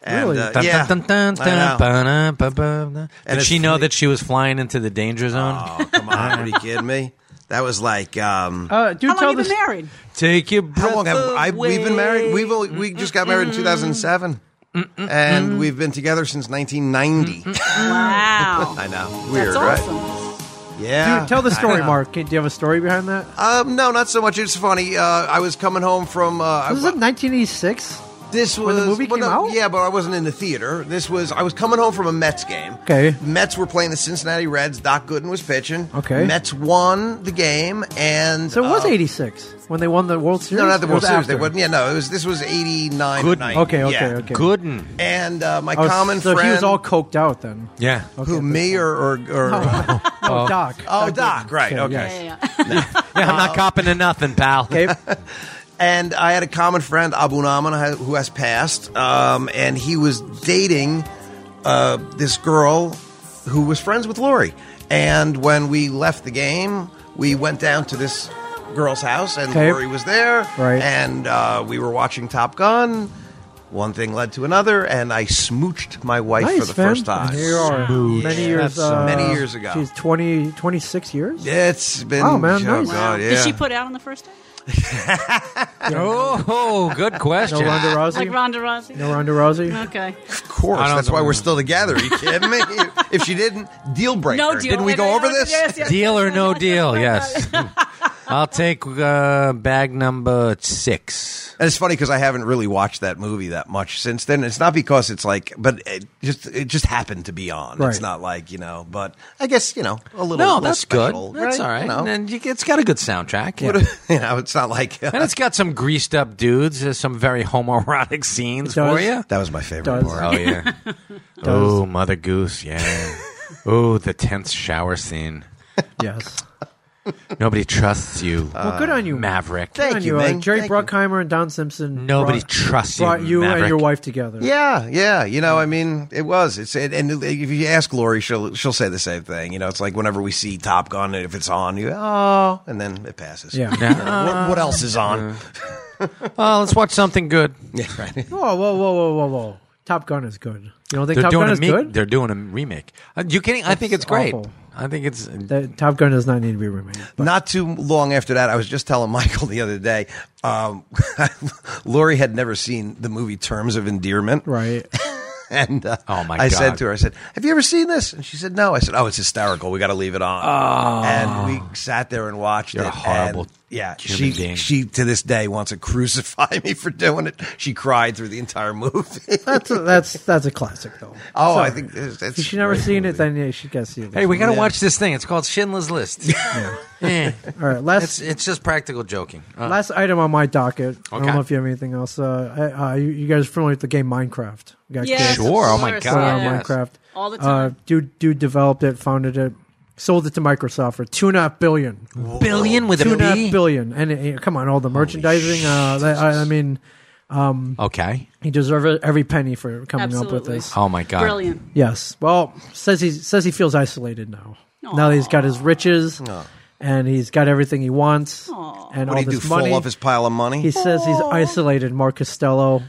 And,
Really?
uh,
Dun,
yeah.
dun, dun,
I know.
dun, dun, ba, ba, ba. Did
it's
she know
like-
that she was flying into the danger zone?
Oh, come on! Are you kidding me? That was like um,
Uh, do
How long
tell
you been
this.
married?
Take your breath
how long have I,
away.
we've been married? We've only, we just got married in 2007, and we've been together since 1990.
Wow.
I know, weird,
That's awesome.
right?
Dude,
Yeah.
tell the
I
story,
know.
Mark. Can, do you have a story behind that?
Um, no, not so much. It's funny. Uh, I was coming home from. Uh, I-
This is in 1986.
This was
When the movie
well,
came
no,
out?
Yeah, but I wasn't in the theater. This was I was coming home from a Mets game.
Okay.
Mets were playing the Cincinnati Reds. Doc Gooden was pitching.
Okay.
Mets won the game, and
So it was
uh,
86 when they won the World Series.
No, not the
It
World
was
Series.
after.
They won. Yeah, no, it was. This was eighty nine.
Gooden.
Okay, okay, okay.
Gooden.
And uh, my
Oh,
common
so
friend,
he was all coked out then.
Yeah.
who me or or, or
Oh, Doc.
oh Doc, right?
Okay,
Okay.
yeah,
Yeah, yeah, yeah.
Yeah, I'm not copping to nothing, pal.
Okay.
and I had a common friend, Abu Naman, who has passed, um, and he was dating uh, this girl who was friends with Lori. And when we left the game, we went down to this girl's house, and
Okay.
Lori was there,
Right.
and uh, we were watching Top Gun. One thing led to another, and I smooched my wife
nice,
for the
man.
first time.
Here you are. Many years.
That's,
Uh,
many years ago.
She's 20, 26 years.
It's been
Wow, man,
oh,
nice.
God, yeah.
Did she put out on the first day?
Oh, good question.
No Ronda Rousey.
Like Ronda Rousey?
no Ronda Rousey.
Okay.
Of course,
I don't
that's why
know.
we're still together. Are you kidding me? if she didn't, deal breaker.
No deal.
Didn't we go
Yeah,
over
yeah,
this?
Yes, yes,
deal
yes,
or
yes,
no
yes,
deal?
yes.
Yes. I'll take uh, bag number six.
And it's funny because I haven't really watched that movie that much since then. It's not because it's like, but it just it just happened to be on. It's
Right.
not like you know, but I guess you know a little.
No,
little
that's
special,
good. That's all right.
You know,
And you, it's got a good soundtrack. Yeah.
you know, it's not like uh,
and it's got some greased up dudes. There's some very homoerotic scenes for
does.
you.
that was my favorite
Does.
part.
Oh yeah. oh, Mother Goose. Yeah. oh, the tense shower scene.
Yes.
Nobody trusts you.
Well, good on you,
Maverick.
Good
Thank
on
you,
you. Uh,
Ming.
Jerry
Thank you.
Bruckheimer and Don Simpson.
Nobody
brought,
trusts you,
Brought you and
Maverick.
your wife together.
Yeah, yeah. You know, I mean, it was. It's it, and if you ask Lori, she'll she'll say the same thing. You know, it's like whenever we see Top Gun, if it's on, you oh, and then it passes.
Yeah.
what, what else is on?
Oh, let's watch something good.
Whoa, whoa, whoa, whoa, whoa, whoa. Top Gun is good. You don't think
They're
Top
doing
Gun
a
is
me-
good?
They're doing a remake. Are you kidding? I think it's
That's
great.
awful.
I think it's.
That- Top Gun does not need to be remade.
Not too long after that, I was just telling Michael the other day. Um, Lori had never seen the movie Terms of Endearment,
Right.
and uh,
Oh, my
I said
God.
to her, I said, "Have you ever seen this?" And she said, "No." I said, "Oh, it's hysterical. We got to leave it on."
Ah.
And we sat there and watched
You're
it.
a horrible
and, yeah,
human
she
being.
she to this day wants to crucify me for doing it. She cried through the entire movie.
That's a, that's that's a classic though.
oh,
Sorry.
I think it's, it's
if she's never
great
seen
movie.
it, then yeah, she gotta see it.
Hey, we gotta
Yeah.
watch this thing. It's called Schindler's List. Eh.
All right, last
It's it's just practical joking.
Uh-huh.
Uh,
last item on my docket. I don't
Okay.
know if you have anything else. Uh, I- uh, you, you guys are familiar with the game Minecraft? We got
Yes,
kids.
of
Sure, oh my
course,
God,
Uh,
yeah. yes.
Minecraft.
All the time.
Uh, dude, dude developed it, founded it, sold it to Microsoft for two and a half billion.
billion with
Two
a
and a half
B.
billion, and it, it- come on, all the merchandising. Uh, that, I, I mean,
Okay.
he deserves e-, every penny for coming up with
Absolutely.
this.
Oh my God.
Brilliant.
Yes. Well, says he says he feels isolated now. Now that he's got his riches, and he's got everything he wants, and
What
all
do you
this
do?
money.
Fall off his pile of money?
He says he's isolated, Mark Costello.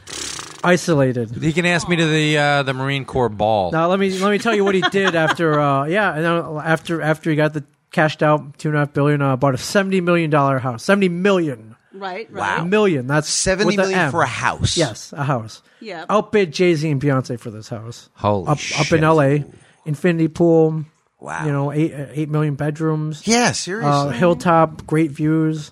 Isolated.
He can ask me to the uh, the Marine Corps ball.
Now let me let me tell you what he did after uh yeah, and then after after he got the cashed out two and a half billion, uh, bought a seventy million dollar house. Seventy million.
Right,
A
right.
million. That's
Seventy
with an
million
M.
for a house.
Yes, a house.
Yeah.
Outbid Jay Z and Beyonce for this house.
Holy
up up
shit.
in L.A. Infinity pool.
Wow.
You know, eight uh, eight million bedrooms.
Yeah, seriously.
Uh, hilltop, great views.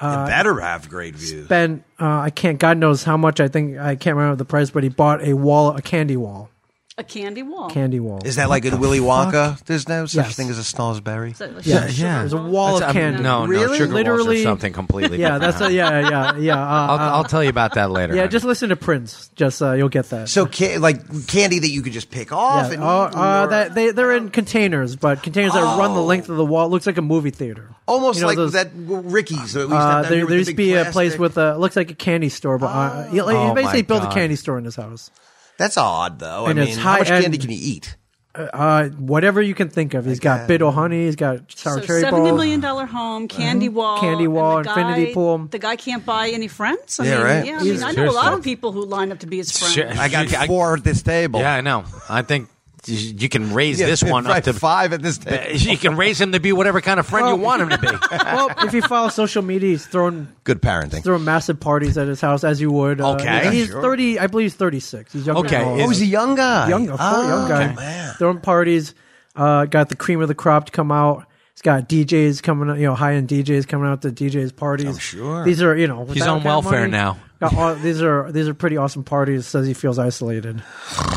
Uh,
it better have great views.
Spent uh, I can't. God knows how much. I think I can't remember the price, but he bought a wall, a candy wall,
A candy wall.
candy wall.
Is that like a Willy Wonka? There's no such
Yes.
thing as a Snozzberry.
So,
Yeah,
sugar
yeah.
There's a wall
That's-
of
I'm-
candy.
No, no,
Really?
sugar walls are
Literally-
something completely.
Yeah,
different,
that's
huh?
a, yeah, yeah, yeah. Uh,
I'll, I'll tell you about that later.
yeah,
honey.
just listen to Prince. Just uh, you'll get that.
So, ca- like candy that you could just pick off.
yeah.
and
Oh, uh,
or-
that, they they're in containers, but containers that run the length of the wall. It looks like a movie theater.
Oh,
almost
You know,
like
those-
that Ricky's. That we used to
Uh,
have down here
there,
with
there
the
used
big
to be a
plastic.
place with a looks like a candy store, but uh, he, like, he
Oh, my
basically built a
God.
candy store in his house.
That's odd, though.
And
I
it's
mean, how much
high-end-
candy can you eat?
Uh, whatever you can think of, he's got biddle honey, he's got sour
So
cherry
seventy
bowl.
million dollar home, candy wall,
Candy
and
wall,
the
infinity
guy-
pool.
The guy can't buy any friends. I
Yeah,
mean,
right.
Yeah, I, mean, I know a
Seriously.
lot of people who line up to be his friend.
I got four at this table.
Yeah, I know. I think you- you can raise
Yeah,
this one
right,
up to
five at this table.
You can raise him to be whatever kind of friend you want him to be.
well, if you follow social media, he's throwing
Good parenting.
throwing massive parties at his house as you would. Uh,
Okay. Yeah,
he's
sure.
thirty. I believe he's thirty six. He's younger.
Okay,
than all of
is-
Oh,
us.
he's a young guy.
young, of course, young
Oh,
guy.
Man.
Throwing parties. Uh, got the cream of the crop to come out. He's got DJs coming out, you know, high end DJs coming out to DJs parties.
sure.
These are, you know, with
He's
that
on
kind of
welfare
money,
now.
got all- these are these are pretty awesome parties. Says he feels isolated.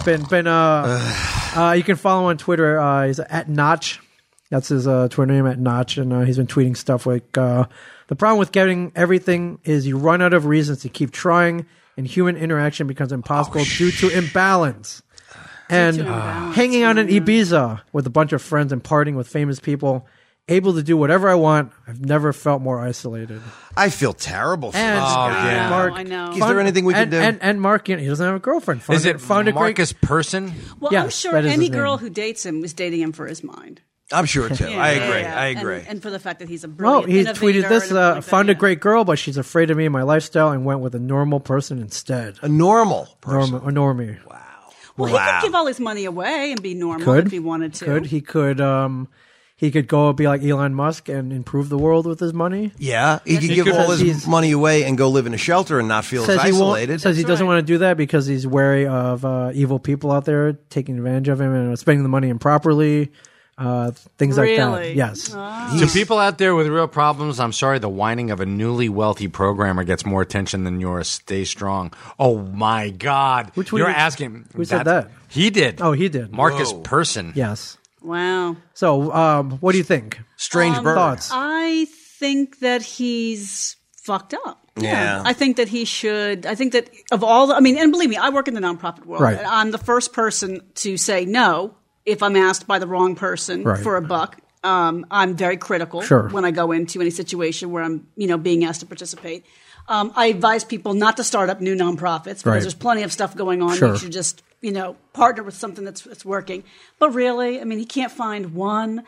Been been uh, uh you can follow him on Twitter. Uh, he's at Notch. That's his uh, Twitter name at Notch, and uh, he's been tweeting stuff like uh, the problem with getting everything is you run out of reasons to keep trying, and human interaction becomes
Oh,
impossible due to imbalance and
imbalance,
hanging out in Ibiza with a bunch of friends and partying with famous people, able to do whatever I want. I've never felt more isolated.
I feel terrible for
And
this guy.
yeah.
Mark,
I know. Is
there anything we can
and,
do?
And, and Mark, you know, he doesn't have a girlfriend. Found
Is it
found
Marcus Person?
Well, I'm
Yes,
sure
that is
any
his name.
girl who dates him was dating him for his mind.
I'm sure too. I
Yeah,
agree.
yeah.
I
And-
agree.
And, for the fact that he's a
A great,
brilliant.
oh, he tweeted
innovator
this.
and
Uh,
everything like
found
that,
a great girl, but she's afraid of me and my lifestyle, and went with a normal person instead.
a normal person.
Norm, a normie.
yeah. Well, he
Wow.
could give all his money away and be normal
Could
if he wanted to.
Could he could um he could go be like Elon Musk and improve the world with his money.
Yeah, he could
he
give
could-
all his
He's-
money away and go live in a shelter and not feel as
says he won't,
isolated.
says he
That's
doesn't
right.
want to do that because he's uh, wary of uh, evil people out there taking advantage of him and spending the money improperly. uh, things like that.
Really?
Yes.
To people out there with real problems, I'm sorry the whining of a newly wealthy programmer gets more attention than yours. Stay strong. Oh my God!
Which one
you're
did-
asking?
who said
That's-
that?
He did.
Oh, he did.
Marcus
Whoa.
Person.
Yes.
Wow.
So, um, what do you think?
Um,
Strange bird.
Thoughts?
I think that he's fucked up.
Yeah.
I think that he should. I think that of all, the, I mean, and believe me, I work in the nonprofit world.
Right.
And I'm the first person to say no if I'm asked by the wrong person
Right.
for a buck. Um, I'm very critical
Sure.
when I go into any situation where I'm, you know, being asked to participate. Um, I advise people not to start up new nonprofits because
Right.
there's plenty of stuff going on.
Sure.
You should just, you know, partner with something that's, that's working. But really, I mean, he can't find one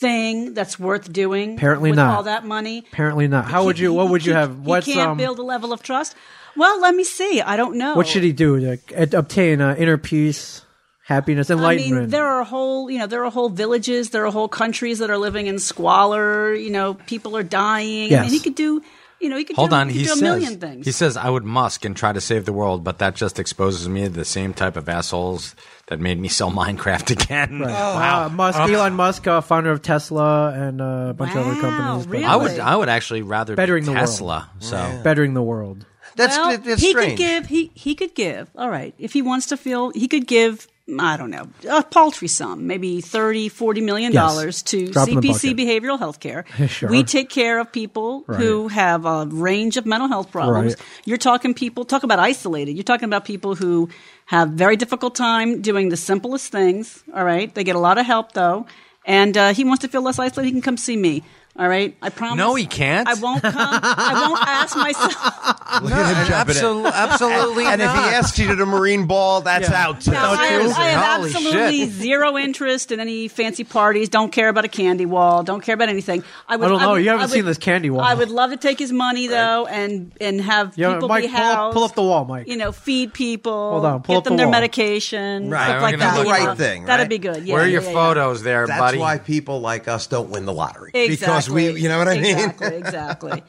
thing that's worth doing
Apparently
with
not.
all that money.
Apparently not. How would you? What would you have? What's
he can't
um?
build a level of trust. Well, let me see. I don't know.
What should he do to uh, obtain uh, inner peace, happiness,
I
enlightenment?
mean, there are whole, you know, there are whole villages, there are whole countries that are living in squalor. You know, people are dying. I
Yes.
mean, he could do, you know, he could
Hold
do,
on,
he
he
could
says
do a million things.
he says I would Musk and try to save the world, but that just exposes me to the same type of assholes that made me sell Minecraft again.
Uh, Musk,
Um,
Elon Musk, uh, founder of Tesla, and uh, a bunch of other
Wow,
companies. but
really?
I would I would actually rather be
Oh, Bettering the world.
Tesla. So
bettering the world.
That's
well,
that's
he
strange.
could give. He he could give. All right, if he wants to feel, he could give. I don't know a paltry sum, maybe 30, 40 million
Yes.
dollars to
Drop in the
CPC
bucket.
behavioral health care.
Sure.
We take care of people who have a range of mental health problems.
Right.
You're talking people talk about isolated. You're talking about people who have very difficult time doing the simplest things. All right, they get a lot of help though, and uh, he wants to feel less isolated. He can come see me. All right, I promise.
No, he can't.
I won't come. I won't ask myself.
Look at him jumping in.
Absol- absolutely
And if he
not.
asks you to the marine ball, that's out too.
No, I, have, I have
Holy
absolutely
shit.
zero interest in any fancy parties. Don't care about a candy wall. Don't care about anything. I, would,
I don't know.
would-
You haven't
I
seen
would-
this candy wall.
I would love to take his money though, and and have
Yeah,
people
Mike,
be
pull up-
housed.
pull up the wall, Mike.
You know, feed people.
Hold on, pull
get
up
them
the
their
wall.
medication.
Right,
stuff
we're
like
gonna
that.
do the
you
right
know.
thing, right?
That'd be good. Yeah,
Where are
yeah,
your
yeah, yeah.
photos there,
That's
buddy?
why people like us don't win the lottery because
Exactly.
we, you know what I mean.
Exactly. Exactly.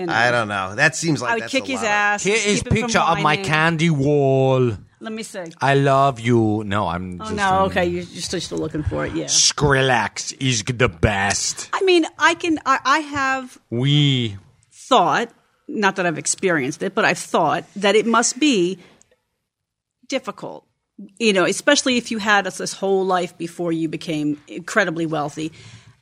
You know.
I don't know. That seems like
I would
that's
kick
a
his
lot.
ass.
Here
keep
is
him from
picture of my
whining.
candy wall.
Let me see.
I love you. No, I'm.
Oh
just
no. Okay, you're, you're still still looking for it. Yeah.
Skrillex is the best.
I mean, I can. I, I have
We
thought, not that I've experienced it, but I've thought that it must be difficult. You know, especially if you had us this whole life before you became incredibly wealthy.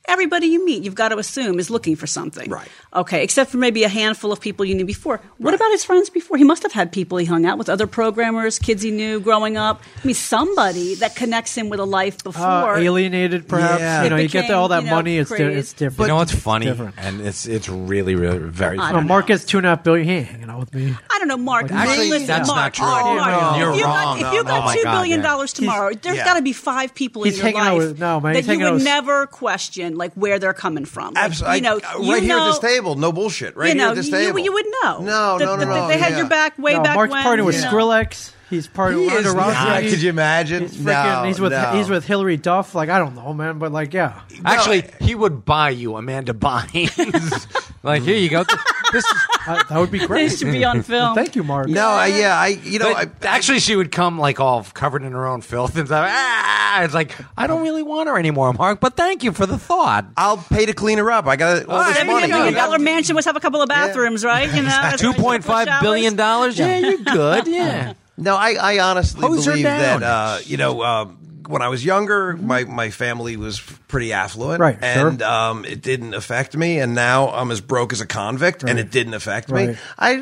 Everybody you meet, you've got to assume, is looking for something.
Right.
Okay, except for maybe a handful of people you knew before. What about his friends before? He must have had people he hung out with, other programmers, kids he knew growing up. I mean, somebody that connects him with a life before.
Uh, alienated, perhaps.
Yeah.
You know,
It
you get
became,
all that
you know,
money. It's di-
crazed.
it's different.
you know what's funny,
different.
and it's it's really really very.
I
Uh,
Funny.
don't know.
Marcus two and a half billion. He ain't hanging out with me.
I don't know, Mark.
Actually,
listen,
that's
Mark,
not true.
Mark,
Oh,
Mark,
no.
if you
You're
got,
wrong.
If you
No, no, no.
got
Oh, my
two
God,
billion
yeah.
dollars tomorrow, there's
yeah.
got to be five people in
He's
your
hanging out
life
with- no, man, he's
that you
hanging out
would
with-
never question like where they're coming from. Like,
Absolutely.
you know,
uh, right
you
here
know,
at this table, no bullshit. Right
you know,
here at this
you-
table,
you, would know.
No,
The-
no, no,
the-
no.
They had
yeah.
your back way
no,
back
Mark's
when.
partying with
you know.
Skrillex. He's
He
partying with
is
Ronda
not.
Rousey.
Could you imagine?
He's freaking-
No,
he's with
no.
he's with Hillary Duff. Like I don't know, man, but like yeah,
Actually, he would buy you Amanda Bynes. like here you go. This is,
I- Uh, that would be great.
This should be on film.
Thank you, Mark.
No, I, yeah, I. You know, I,
But actually, she would come like all covered in her own filth and stuff. Ah, it's like I don't really want her anymore, Mark. But thank you for the thought.
I'll pay to clean her up. I got all this
Everything
money.
Every
you
million
got-
dollar mansion must have a couple of bathrooms, right? You know, that's
Two
right,
point five
showers.
billion dollars. Yeah, you're good. Yeah.
No, I, I honestly
Hose her
believe
down.
that uh, you know um, when I was younger, my, my family was pretty affluent,
Right, sure.
And um, it didn't affect me. And now I'm as broke as a convict, and it didn't affect
Right.
me. I,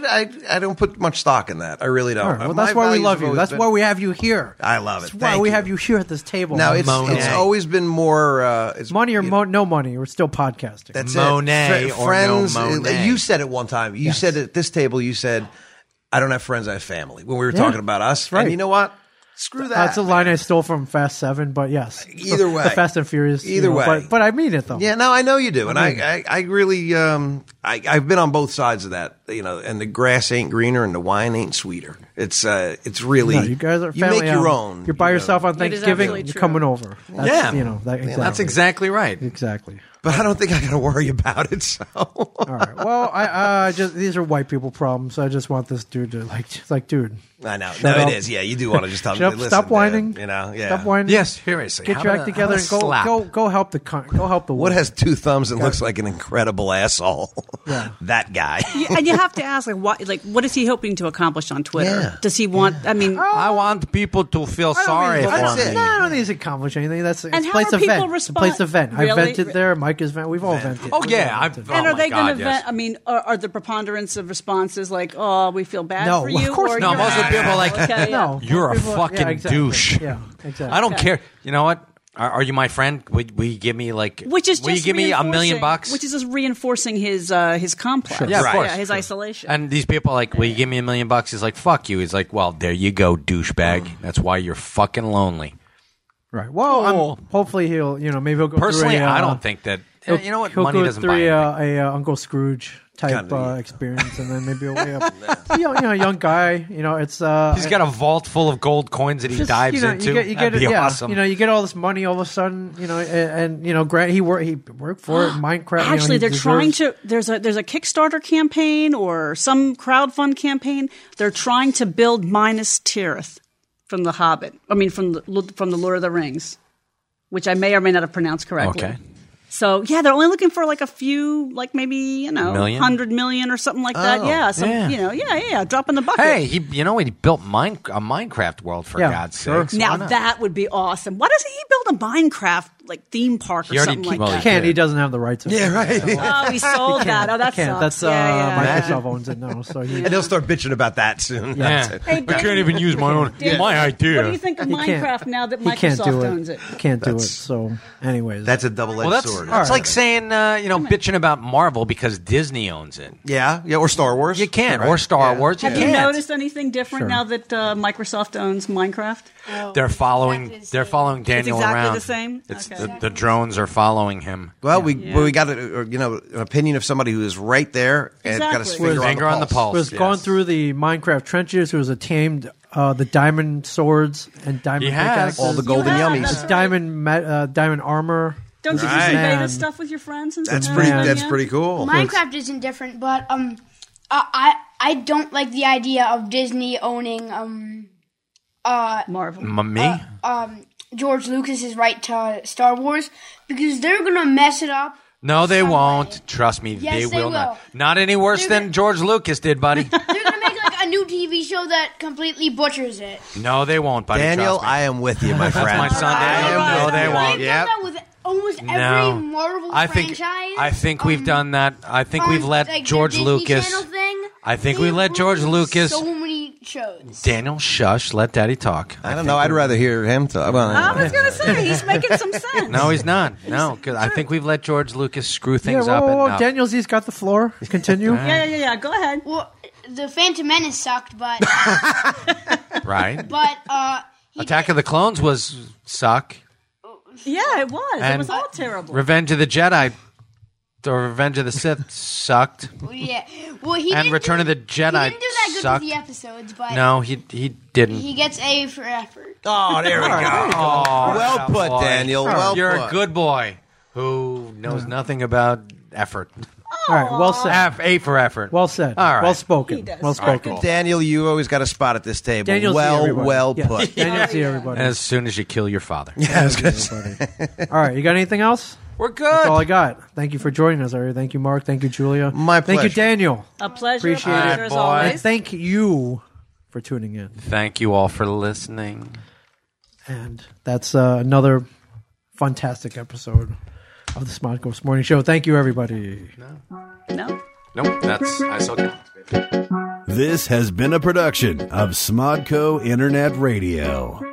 I I don't put much stock in that. I really don't.
All right, well,
My
that's why we
values
love
have
you.
always
That's
been-
why we have you here.
I love it.
That's why
Thank
we
you.
have you here at this table.
Now it's
Monet.
it's always been more uh, it's
money or mo- no money. We're still podcasting.
That's
Monet
it.
or no
friends. uh,
Monet.
You said it one time. You said at this table. You said, "I don't have friends. I have family." When we were
Yeah.
talking about us,
Right.
And you know what? Screw that.
That's Uh, a line I stole from Fast Seven, but yes.
Either way.
the Fast and Furious. you
Either
know,
way.
but, but I mean it though.
Yeah, no, I know you do, and
mean-
I, I, I really, um, I, I've been on both sides of that, you know. And the grass ain't greener, and the wine ain't sweeter. It's, uh, it's really.
No, you guys are
You
family.
make your
um,
own.
You're by
you know.
yourself on
It is
Thanksgiving.
absolutely
You're
true.
coming over. That's,
Yeah.
you know that, exactly.
That's exactly right.
exactly.
but I don't think I got to worry about it. So
All right. Well, I uh, just these are white people problems. I just want this dude to like, just like, dude,
I know.
Shut
no,
up.
it is. Yeah, you do want to just tell
Shut
me.
up,
Listen,
stop whining.
dude," you know, yeah.
stop whining.
Yes, seriously.
Get your act together and go, go, go help the con- go help the.
What
world.
has two thumbs and looks like an incredible asshole? that guy.
Yeah, and you have to ask like what like what is he hoping to accomplish on Twitter?
Yeah.
Does he want? I mean,
I want people to feel sorry
I don't
for
that's
think,
it.
no,
me.
I don't think he's accomplished anything. That's it's
And how
place
are
to
people
vent. It's a place to vent. I
respond-
vented there. Mike has vented. We've all vented.
Oh
We've
yeah,
all
I've,
vented.
oh
and are
my
they
God,
going to
yes.
vent? I mean, are, are the preponderance of responses like, "Oh, we feel bad
No,
for
of
you"?
course
or
not.
you're
No, most
of the people are like,
okay, yeah.
no,
You're a
People-
fucking
yeah, exactly.
douche.
Yeah, exactly.
I don't care. You know what? Are, are you my friend? Would, will you give me like?
Which is
will
just
you give me a million
reinforcing-
bucks?
Which is just reinforcing his uh, his complex.
Yeah, of course.
his isolation.
And these people are like, will you give me a million bucks? He's like, fuck you. He's like, well, there you go,
Mm.
douchebag. That's why you're fucking lonely.
Right. Well, I'm-
Cool.
hopefully he'll. You know, maybe he'll go.
Personally,
through a, uh,
I don't think that.
he'll-
You know what?
He'll
Money
go
doesn't
through
buy
a,
anything.
a, uh, Uncle Scrooge type
Kinda,
uh,
yeah.
experience, and then maybe he'll way up. you, know, you know, young guy. You know, it's. Uh,
He's got a vault full of gold coins that he
just,
dives
you know,
into.
You get, you get
That'd be
it, yeah,
awesome.
You know, you get all this money all of a sudden. You know, and, and you know, Grant he worked he worked for it. Minecraft. you know,
Actually,
he
they're
deserves-
trying to. There's a there's a Kickstarter campaign or some crowdfund campaign. They're trying to build Minas Tirith from The Hobbit. I mean, from the from the Lord of the Rings, which I may or may not have pronounced correctly.
Okay.
So yeah, they're only looking for like a few, like maybe you know,
Million?
hundred million or something like that.
Oh,
yeah, some,
yeah.
you know, yeah, yeah, yeah, drop in the bucket.
Hey, he, you know, he built mine, a Minecraft world for
Yeah,
God's
sure.
sake.
now that would be awesome. Why doesn't he build a Minecraft like theme park
He
or
already-
something like
well,
that?
he
Can't he doesn't have the rights? of
yeah, right.
Oh, he sold that. Oh, that
can't.
sucks.
That's uh,
yeah, yeah.
Microsoft owns it now. So he,
And they'll start bitching about that soon. That's
Yeah.
it.
Hey, Dan,
even use my own,
Dan, What do you think of
he can't-
Minecraft now that
he can't
Microsoft
do it.
owns it?
Can't do it.
That's-
So, anyways,
That's a double edged
Well, that's,
sword.
that's like saying, uh, you know, bitching about Marvel because Disney owns it.
yeah, yeah, or Star Wars.
You can't.
Right.
Or Star
Yeah.
Wars. You
Have you
can't.
noticed anything different now that uh, Microsoft owns Minecraft?
They're following.
Exactly the
They're
same.
following Daniel
exactly
around.
the same?
It's
Okay.
the, the drones are following him.
Well, we well, we got a, or, you know an opinion of somebody who is right there and got his
Exactly.
finger, on,
Finger
the
on the pulse.
was
yes.
going through the Minecraft trenches. It was a tamed uh, the diamond swords and diamond
He has.
pickaxes.
All the golden
Yeah,
yummies.
that's
His diamond ma- uh, diamond armor.
Don't you just
Right.
convey
Man.
this stuff with your friends? And
That's
stuff?
pretty.
Yeah.
That's pretty cool.
Minecraft isn't different, but um, I I, I don't like the idea of Disney owning um
Marvel.
M- me?
um George Lucas's right to Star Wars because they're gonna mess it up.
no, they
some way.
won't. Trust me,
Yes,
they,
they
will not.
will.
Not any worse
They're
than
gonna-
George Lucas did, buddy.
They're gonna make like a new TV show that completely butchers it.
no, they won't, buddy.
Daniel,
trust me.
I am with you, my friend.
my son,
I
Daniel.
am
No,
with
they
you.
won't.
They've
Yep.
done that with almost
no.
every Marvel
I think.
franchise.
I think we've
um,
done that. I think we've
on,
let
like, the
George
Disney
Lucas.
Channel Thing.
I think we
They've
let George
ruined
Lucas-
So many shows.
Daniel, shush. Let Daddy talk.
I don't know. I'd rather hear him talk. Well,
I was gonna say he's making some sense.
No, he's not. No, 'cause I think we've let George Lucas screw things
yeah, whoa,
up.
whoa, whoa,
enough.
Daniel's he's got the floor. Continue.
Yeah, yeah, yeah. Go ahead.
Well, the Phantom Menace sucked, but
right?
but uh, he
Attack of the Clones was suck.
Yeah, it was. it
And-
was all terrible.
Revenge of the Jedi or Revenge of the Sith sucked.
Yeah. Well, he
And
didn't
Return
do,
of the Jedi
He didn't do that good
sucked.
with the episodes, but
No, he he didn't.
he gets A for effort.
Oh, there we go. well put,
Oh, boy.
Daniel. Well
You're
put.
a good boy who knows nothing about effort.
All right. Well said.
F A for effort.
Well said.
All right.
Well spoken.
does.
Well spoken.
Daniel, you always got a spot at this table.
Daniel's the
well,
everybody.
well
Yeah.
put.
Daniel's the
yeah.
everybody.
as soon as you kill your father,
I was gonna say.
All right. You got anything else?
we're
That's all I
good.
got. Thank you for joining us, Ari. Thank you, Mark. Thank you, Julia.
My
Thank you,
pleasure.
Daniel.
a pleasure. a
Appreciate
pleasure
it,
as
boy.
And
always.
thank you for tuning in.
Thank you all for listening.
And that's uh, another fantastic episode of the Smodcoast Morning Show. Thank you, everybody.
No.
Nope, that's I saw.
This has been a production of Smodco Internet Radio.